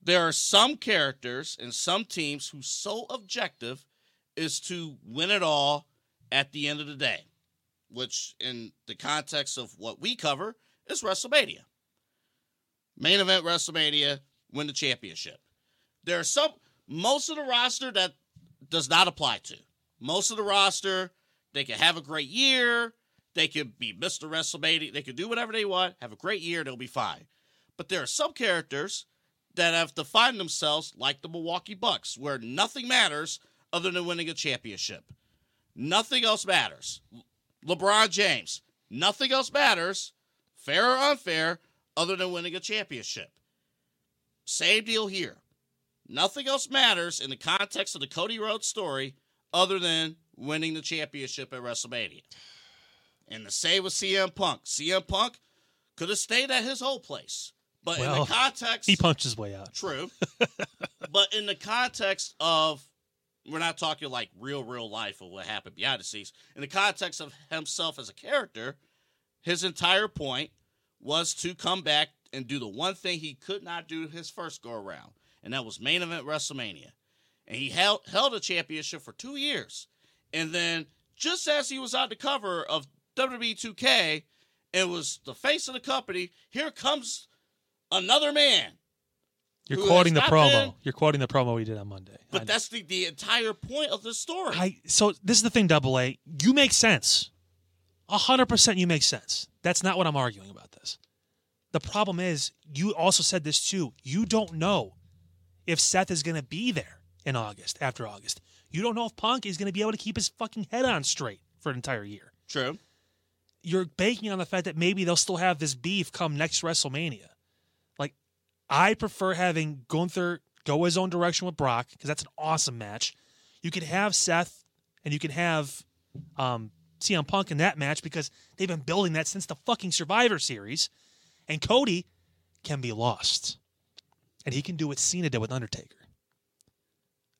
Speaker 2: There are some characters and some teams whose sole objective is to win it all at the end of the day, which, in the context of what we cover, is WrestleMania. Main event WrestleMania, win the championship. There are some, most of the roster that does not apply to. Most of the roster, they can have a great year. They could be Mr. WrestleMania. They could do whatever they want, have a great year, they'll be fine. But there are some characters that have defined themselves like the Milwaukee Bucks, where nothing matters other than winning a championship. Nothing else matters. LeBron James, nothing else matters, fair or unfair, other than winning a championship. Same deal here. Nothing else matters in the context of the Cody Rhodes story other than winning the championship at WrestleMania. And the same with CM Punk. CM Punk could have stayed at his old place. But in
Speaker 1: Well,
Speaker 2: the context,
Speaker 1: He punched his way out.
Speaker 2: True. but in the context of we're not talking like real real life of what happened behind the scenes. In the context of himself as a character, his entire point was to come back and do the one thing he could not do his first go around, and that was main event WrestleMania. And he held held a championship for two years. And then just as he was on the cover of WWE 2K and was the face of the company, here comes another man
Speaker 1: You're
Speaker 2: Who has
Speaker 1: quoting the
Speaker 2: not
Speaker 1: promo.
Speaker 2: been-
Speaker 1: You're quoting the promo he did on Monday. I
Speaker 2: But
Speaker 1: know.
Speaker 2: that's the, the entire point of the story.
Speaker 1: I so this is the thing, double A. You make sense. A hundred percent you make sense. That's not what I'm arguing about this. The problem is, you also said this too. You don't know if Seth is gonna be there in August, after August. You don't know if Punk is gonna be able to keep his fucking head on straight for an entire year.
Speaker 2: True.
Speaker 1: You're banking on the fact that maybe they'll still have this beef come next WrestleMania. Like, I prefer having Gunther go his own direction with Brock because that's an awesome match. You could have Seth and you can have um, CM Punk in that match because they've been building that since the fucking Survivor Series. And Cody can be lost. And he can do what Cena did with Undertaker.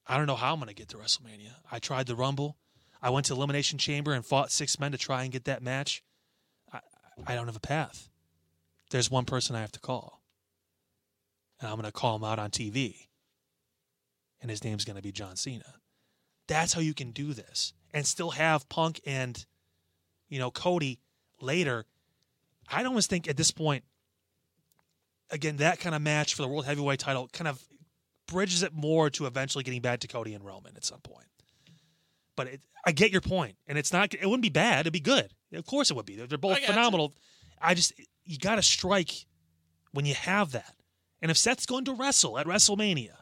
Speaker 1: I don't know how I'm going to get to WrestleMania. I tried the Rumble. I went to Elimination Chamber and fought six men to try and get that match. I, I don't have a path. There's one person I have to call. And I'm going to call him out on TV. And his name's going to be John Cena. That's how you can do this and still have Punk and, you know, Cody later. I almost think at this point, again, that kind of match for the World Heavyweight title kind of bridges it more to eventually getting back to Cody and Roman at some point. But it, I get your point, and it's not. It wouldn't be bad. It'd be good. Of course, it would be. They're, they're both
Speaker 2: I gotcha.
Speaker 1: phenomenal. I just you got to strike when you have that. And if Seth's going to wrestle at WrestleMania,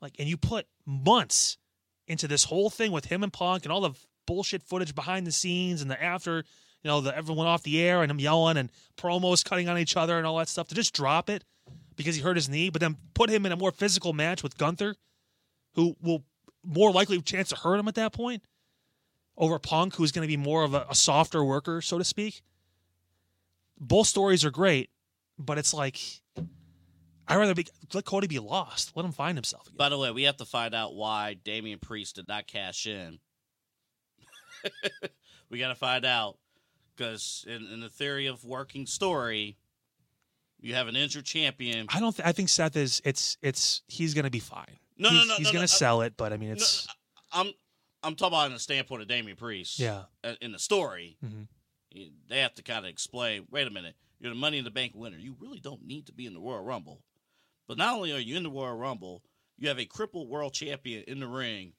Speaker 1: like, and you put months into this whole thing with him and Punk and all the bullshit footage behind the scenes and the after, you know, the everyone off the air and him yelling and promos cutting on each other and all that stuff to just drop it because he hurt his knee, but then put him in a more physical match with Gunther, who will more likely have a chance to hurt him at that point, over Punk, who's going to be more of a, a softer worker, so to speak. Both stories are great, but it's like I'd rather be let Cody be lost. Let him find himself again.
Speaker 2: By the way, we have to find out why Damian Priest did not cash in. we got to find out because in, in the theory of working story, you have an injured champion.
Speaker 1: I don't. Th- I think Seth is. It's. It's. He's gonna be fine.
Speaker 2: No,
Speaker 1: he's,
Speaker 2: no, no,
Speaker 1: He's
Speaker 2: no,
Speaker 1: gonna
Speaker 2: no, uh, I-
Speaker 1: sell it, but I mean, it's.
Speaker 2: I'm I'm talking about in the standpoint of Damian Priest.
Speaker 1: yeah.
Speaker 2: uh, In the story,
Speaker 1: Mhm.
Speaker 2: you- they have to kind of explain. Wait a minute, you're the Money in the Bank winner. You really don't need to be in the Royal Rumble. But not only are you in the Royal Rumble, you have a crippled world champion in the ring.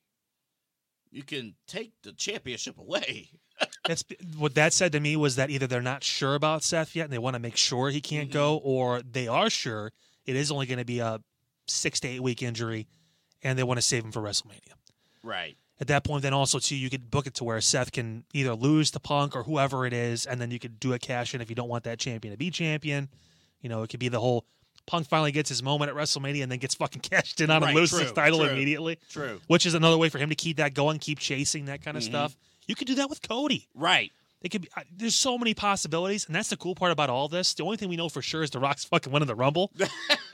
Speaker 2: You can take the championship away.
Speaker 1: That's what that said to me was that either they're not sure about Seth yet and they want to make sure he can't
Speaker 2: Mhm.
Speaker 1: go, or they are sure it is only going to be a six to eight week injury, and they want to save him for WrestleMania.
Speaker 2: Right.
Speaker 1: At that point, then also too, you could book it to where Seth can either lose to Punk or whoever it is, and then you could do a cash in if you don't want that champion to be champion. You know, it could be the whole Punk finally gets his moment at WrestleMania and then gets fucking cashed in on and
Speaker 2: Right,
Speaker 1: loses
Speaker 2: true,
Speaker 1: his title
Speaker 2: true.
Speaker 1: immediately,
Speaker 2: True.
Speaker 1: which is another way for him to keep that going, keep chasing that kind of
Speaker 2: Mhm.
Speaker 1: stuff. You could do that with Cody.
Speaker 2: Right.
Speaker 1: It could be. I- There's so many possibilities, and that's the cool part about all this. The only thing we know for sure is the Rock's fucking winning the Rumble.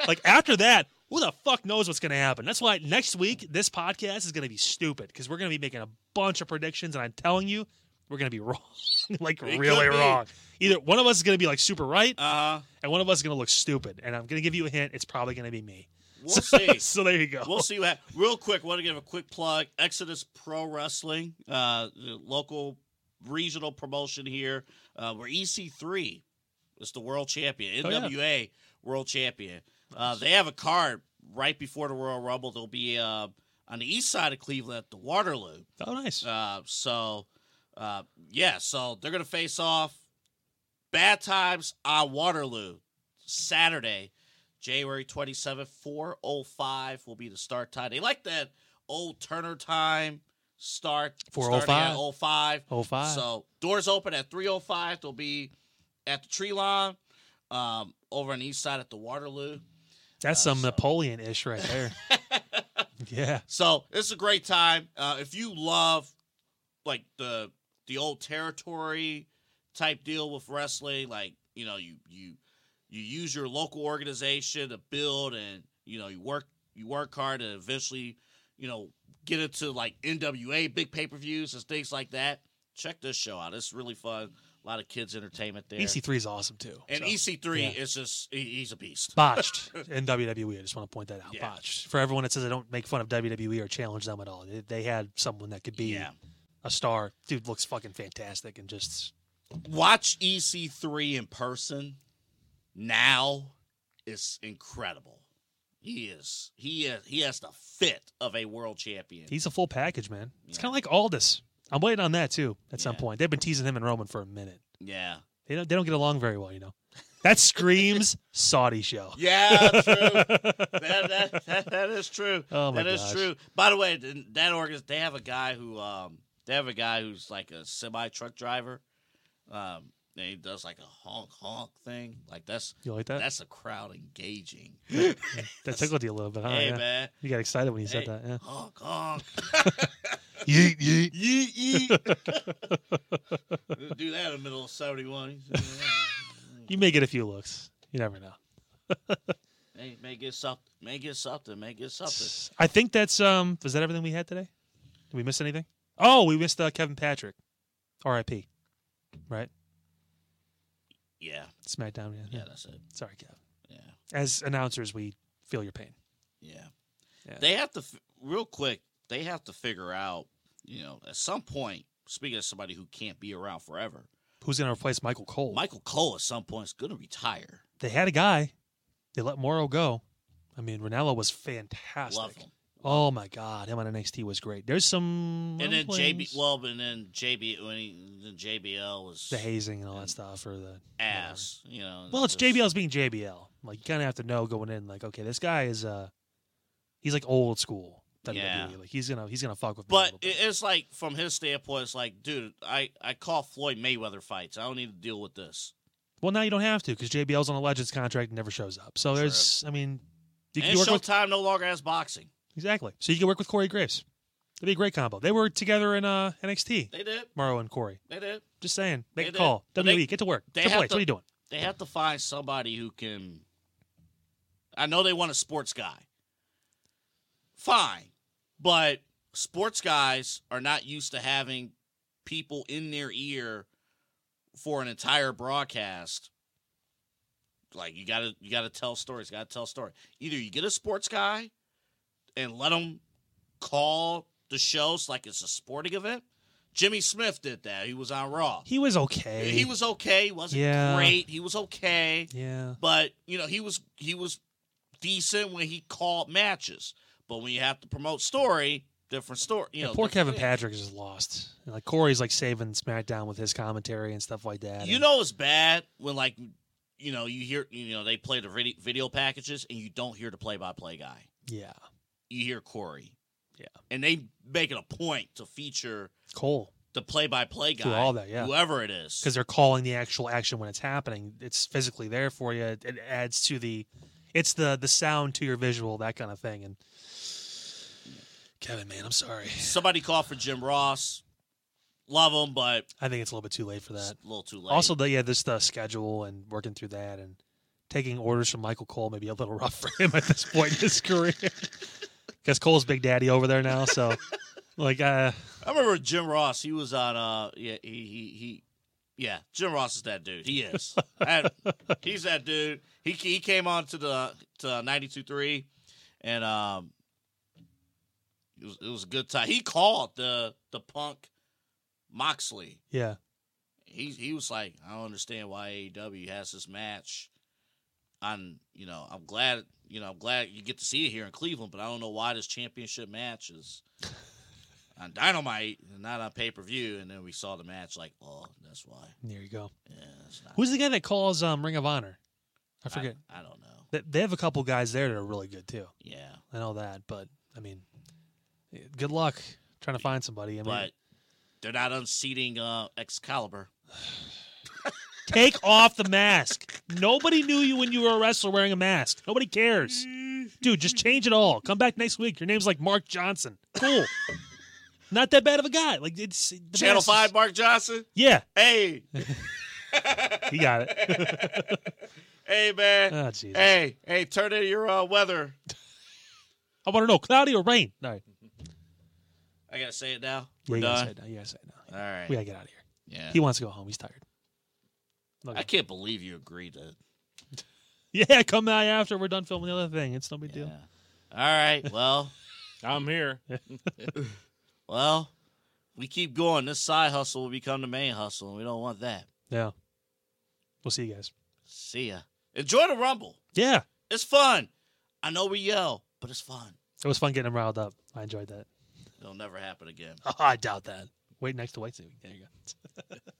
Speaker 1: like after that, who the fuck knows what's going to happen? That's why next week this podcast is going to be stupid because we're going to be making a bunch of predictions, and I'm telling you, we're going to be wrong, like
Speaker 2: It could
Speaker 1: really
Speaker 2: be.
Speaker 1: wrong. Either one of us is going to be like super right,
Speaker 2: Uh,
Speaker 1: and one of us is going to look stupid. And I'm going to give you a hint: it's probably going to be me.
Speaker 2: we'll
Speaker 1: so,
Speaker 2: see.
Speaker 1: so there you go.
Speaker 2: We'll see what. Real quick, want to give a quick plug. Exodus Pro Wrestling, uh, the local regional promotion here. Uh, we're EC3. It's the world champion,
Speaker 1: Oh, yeah.
Speaker 2: NWA world champion. Uh, they have a card right before the Royal Rumble. They'll be uh, on the east side of Cleveland at the Waterloo.
Speaker 1: oh, nice.
Speaker 2: Uh, so, uh, yeah, so they're going to face off Bad Times on Waterloo Saturday, January 27th, 405 will be the start time. They like that old Turner time start. starting at
Speaker 1: 4:05.
Speaker 2: 05.
Speaker 1: Oh five.
Speaker 2: So doors open at 305. They'll be at the tree line um, over on the east side at the Waterloo.
Speaker 1: that's
Speaker 2: uh,
Speaker 1: some
Speaker 2: so-
Speaker 1: Napoleon-ish right there. yeah.
Speaker 2: So it's a great time. Uh, if you love like the the old territory type deal with wrestling, like you know you you you use your local organization to build and you know you work you work hard to eventually you know get it to like nwa big pay-per-views and things like that check this show out it's really fun a lot of kids entertainment there
Speaker 1: EC3 is awesome too.
Speaker 2: and
Speaker 1: So,
Speaker 2: ec3
Speaker 1: yeah.
Speaker 2: is just he- he's a beast
Speaker 1: botched in WWE. I just want to point that out.
Speaker 2: Yeah.
Speaker 1: Botched for everyone that says I don't make fun of WWE or challenge them at all. They, they had someone that could be
Speaker 2: yeah
Speaker 1: a star. Dude looks fucking fantastic and just
Speaker 2: watch ec3 in person now is incredible he is he is he has the fit of a world champion
Speaker 1: he's a full package, man. It's
Speaker 2: Yeah.
Speaker 1: kind of like Aldis. I'm waiting on that too. At some
Speaker 2: Yeah.
Speaker 1: point, they've been teasing him and Roman for a minute.
Speaker 2: yeah
Speaker 1: They don't they don't get along very well, you know. That screams Saudi show.
Speaker 2: Yeah, true. that, that, that, that is true.
Speaker 1: Oh, my
Speaker 2: That is
Speaker 1: gosh.
Speaker 2: true. By the way, th- that organ they have a guy who um they have a guy who's like a semi truck driver. Um, and he does like a honk honk thing. Like that's
Speaker 1: You like that?
Speaker 2: that's a crowd engaging.
Speaker 1: that tickled you a little bit, huh?
Speaker 2: hey
Speaker 1: Oh, yeah.
Speaker 2: man,
Speaker 1: You got excited when you said
Speaker 2: Hey.
Speaker 1: that. Yeah.
Speaker 2: honk honk.
Speaker 1: Yeet yeet.
Speaker 2: yeet yeet. Do that in the middle of seventy one.
Speaker 1: You may get a few looks. You never know.
Speaker 2: May, may get something. May get something. May get something.
Speaker 1: I think that's um. Was that everything we had today? Did we miss anything? Oh, we missed uh, Kevin Patrick, R.I.P. Right,
Speaker 2: Yeah,
Speaker 1: SmackDown. Yeah.
Speaker 2: yeah, that's it.
Speaker 1: Sorry, Kev.
Speaker 2: Yeah.
Speaker 1: As announcers, we feel your pain.
Speaker 2: Yeah.
Speaker 1: Yeah.
Speaker 2: They have to, f- real quick, they have to figure out, you know, at some point, speaking of somebody who can't be around forever,
Speaker 1: Who's going to replace Michael Cole?
Speaker 2: Michael Cole at some point is going to retire.
Speaker 1: They had a guy. They let Morrow go. I mean, Ranello was fantastic.
Speaker 2: Love him.
Speaker 1: Oh my God, him on NXT was great. There's some
Speaker 2: And then
Speaker 1: rumblings.
Speaker 2: JB, well, and then JB, when he, then JBL was
Speaker 1: the hazing and all that stuff, or the
Speaker 2: ass, you know.
Speaker 1: Well, it's
Speaker 2: just-
Speaker 1: JBL's being JBL. Like you kind of have to know going in, like, okay, this guy is uh, he's like old school WWE.
Speaker 2: Yeah.
Speaker 1: Like he's gonna he's gonna fuck with me. a
Speaker 2: But
Speaker 1: little
Speaker 2: it-
Speaker 1: bit.
Speaker 2: it's like, from his standpoint, it's like, dude, I, I call Floyd Mayweather fights. I don't need to deal with this.
Speaker 1: well, now you don't have to because JBL's on a Legends contract and never shows up. So there's, I mean, you can
Speaker 2: And
Speaker 1: work with
Speaker 2: Showtime no longer has boxing.
Speaker 1: exactly. So you can work with Corey Graves. It'd be a great combo. They were together in uh NXT.
Speaker 2: They did.
Speaker 1: Morrow and Corey.
Speaker 2: They did.
Speaker 1: Just saying, make
Speaker 2: They
Speaker 1: a
Speaker 2: did.
Speaker 1: call.
Speaker 2: But
Speaker 1: WWE,
Speaker 2: they-
Speaker 1: get to work.
Speaker 2: they
Speaker 1: Triple
Speaker 2: have
Speaker 1: H,
Speaker 2: to-
Speaker 1: what are you doing?
Speaker 2: they have to find somebody who can. I know they want a sports guy. Fine. But sports guys are not used to having people in their ear for an entire broadcast. Like you gotta you gotta tell stories, gotta tell story. Either you get a sports guy and let him call the shows like it's a sporting event. Jimmy Smith did that. He was on Raw.
Speaker 1: He was okay.
Speaker 2: He was okay. He wasn't
Speaker 1: Yeah.
Speaker 2: great. He was okay,
Speaker 1: yeah.
Speaker 2: but you know he was he was decent when he called matches. But when you have to promote story, different story. You
Speaker 1: Yeah,
Speaker 2: know,
Speaker 1: poor Kevin
Speaker 2: different thing.
Speaker 1: Patrick is just lost. And, like Corey's like saving SmackDown with his commentary and stuff like that.
Speaker 2: You
Speaker 1: And-
Speaker 2: know it's bad when like you know you hear you know they play the video, video packages and you don't hear the play by play guy.
Speaker 1: yeah,
Speaker 2: You hear Corey.
Speaker 1: Yeah.
Speaker 2: and they make it a point to feature
Speaker 1: Cole
Speaker 2: the play by play guy,
Speaker 1: Do all that, yeah.
Speaker 2: whoever it is.
Speaker 1: because they're calling the actual action when it's happening. It's physically there for you. It, it adds to the, it's the the sound to your visual, that kind of thing. And Kevin, man, I'm sorry.
Speaker 2: somebody called for Jim Ross. Love him, but
Speaker 1: I think it's a little bit too late for
Speaker 2: it's
Speaker 1: that.
Speaker 2: a little too late.
Speaker 1: Also, the, yeah, this the schedule and working through that and taking orders from Michael Cole may be a little rough for him at this point in his career. Because Cole's big daddy over there now, so like, uh,
Speaker 2: I remember Jim Ross. He was on. Uh, yeah, he he he. Yeah, Jim Ross is that dude. He is. That- he's that dude. He he came on to the to ninety two three, and um, it was it was a good time. He called the the punk Moxley.
Speaker 1: yeah,
Speaker 2: He he was like, I don't understand why AEW has this match. On you know, I'm glad you know I'm glad you get to see it here in Cleveland, but I don't know why this championship match is on Dynamite and not on pay per view. And then we saw the match, like, oh, that's why.
Speaker 1: there you go.
Speaker 2: Yeah, it's not.
Speaker 1: Who's the guy that calls um, Ring of Honor? I
Speaker 2: I
Speaker 1: forget.
Speaker 2: I, don't know.
Speaker 1: They- They have a couple guys there that are really good too.
Speaker 2: Yeah,
Speaker 1: I know that, but I mean, eh, good luck trying to find somebody. I mean,
Speaker 2: but they're not unseating uh, Excalibur.
Speaker 1: take off the mask. Nobody knew you when you were a wrestler wearing a mask. Nobody cares, dude. Just change it all. Come back next week. Your name's like Mark Johnson. Cool. Not that bad of a guy. Like it's the
Speaker 2: Channel
Speaker 1: mask is-
Speaker 2: Five, Mark Johnson.
Speaker 1: Yeah,
Speaker 2: Hey,
Speaker 1: he got it.
Speaker 2: Hey man.
Speaker 1: Oh, Jesus.
Speaker 2: hey, hey, turn in your uh, weather.
Speaker 1: I want to know cloudy or rain. All right.
Speaker 2: I gotta say it now.
Speaker 1: Yeah,
Speaker 2: We're
Speaker 1: you gotta say
Speaker 2: done.
Speaker 1: it now. You gotta say it now.
Speaker 2: All right.
Speaker 1: We gotta get out of here.
Speaker 2: yeah.
Speaker 1: He wants to go home. He's tired.
Speaker 2: I can't believe you agreed to.
Speaker 1: Yeah, come by after we're done filming the other thing. It's no big
Speaker 2: Yeah.
Speaker 1: deal.
Speaker 2: All right. Well,
Speaker 3: I'm here.
Speaker 2: well, we keep going. This side hustle will become the main hustle, and we don't want that.
Speaker 1: Yeah. We'll see you guys.
Speaker 2: See ya. Enjoy the rumble.
Speaker 1: Yeah.
Speaker 2: It's fun. I know we yell, but it's fun.
Speaker 1: It was fun getting him riled up. I enjoyed that.
Speaker 2: It'll never happen again.
Speaker 1: Oh, I doubt that. Wait next to White There you go.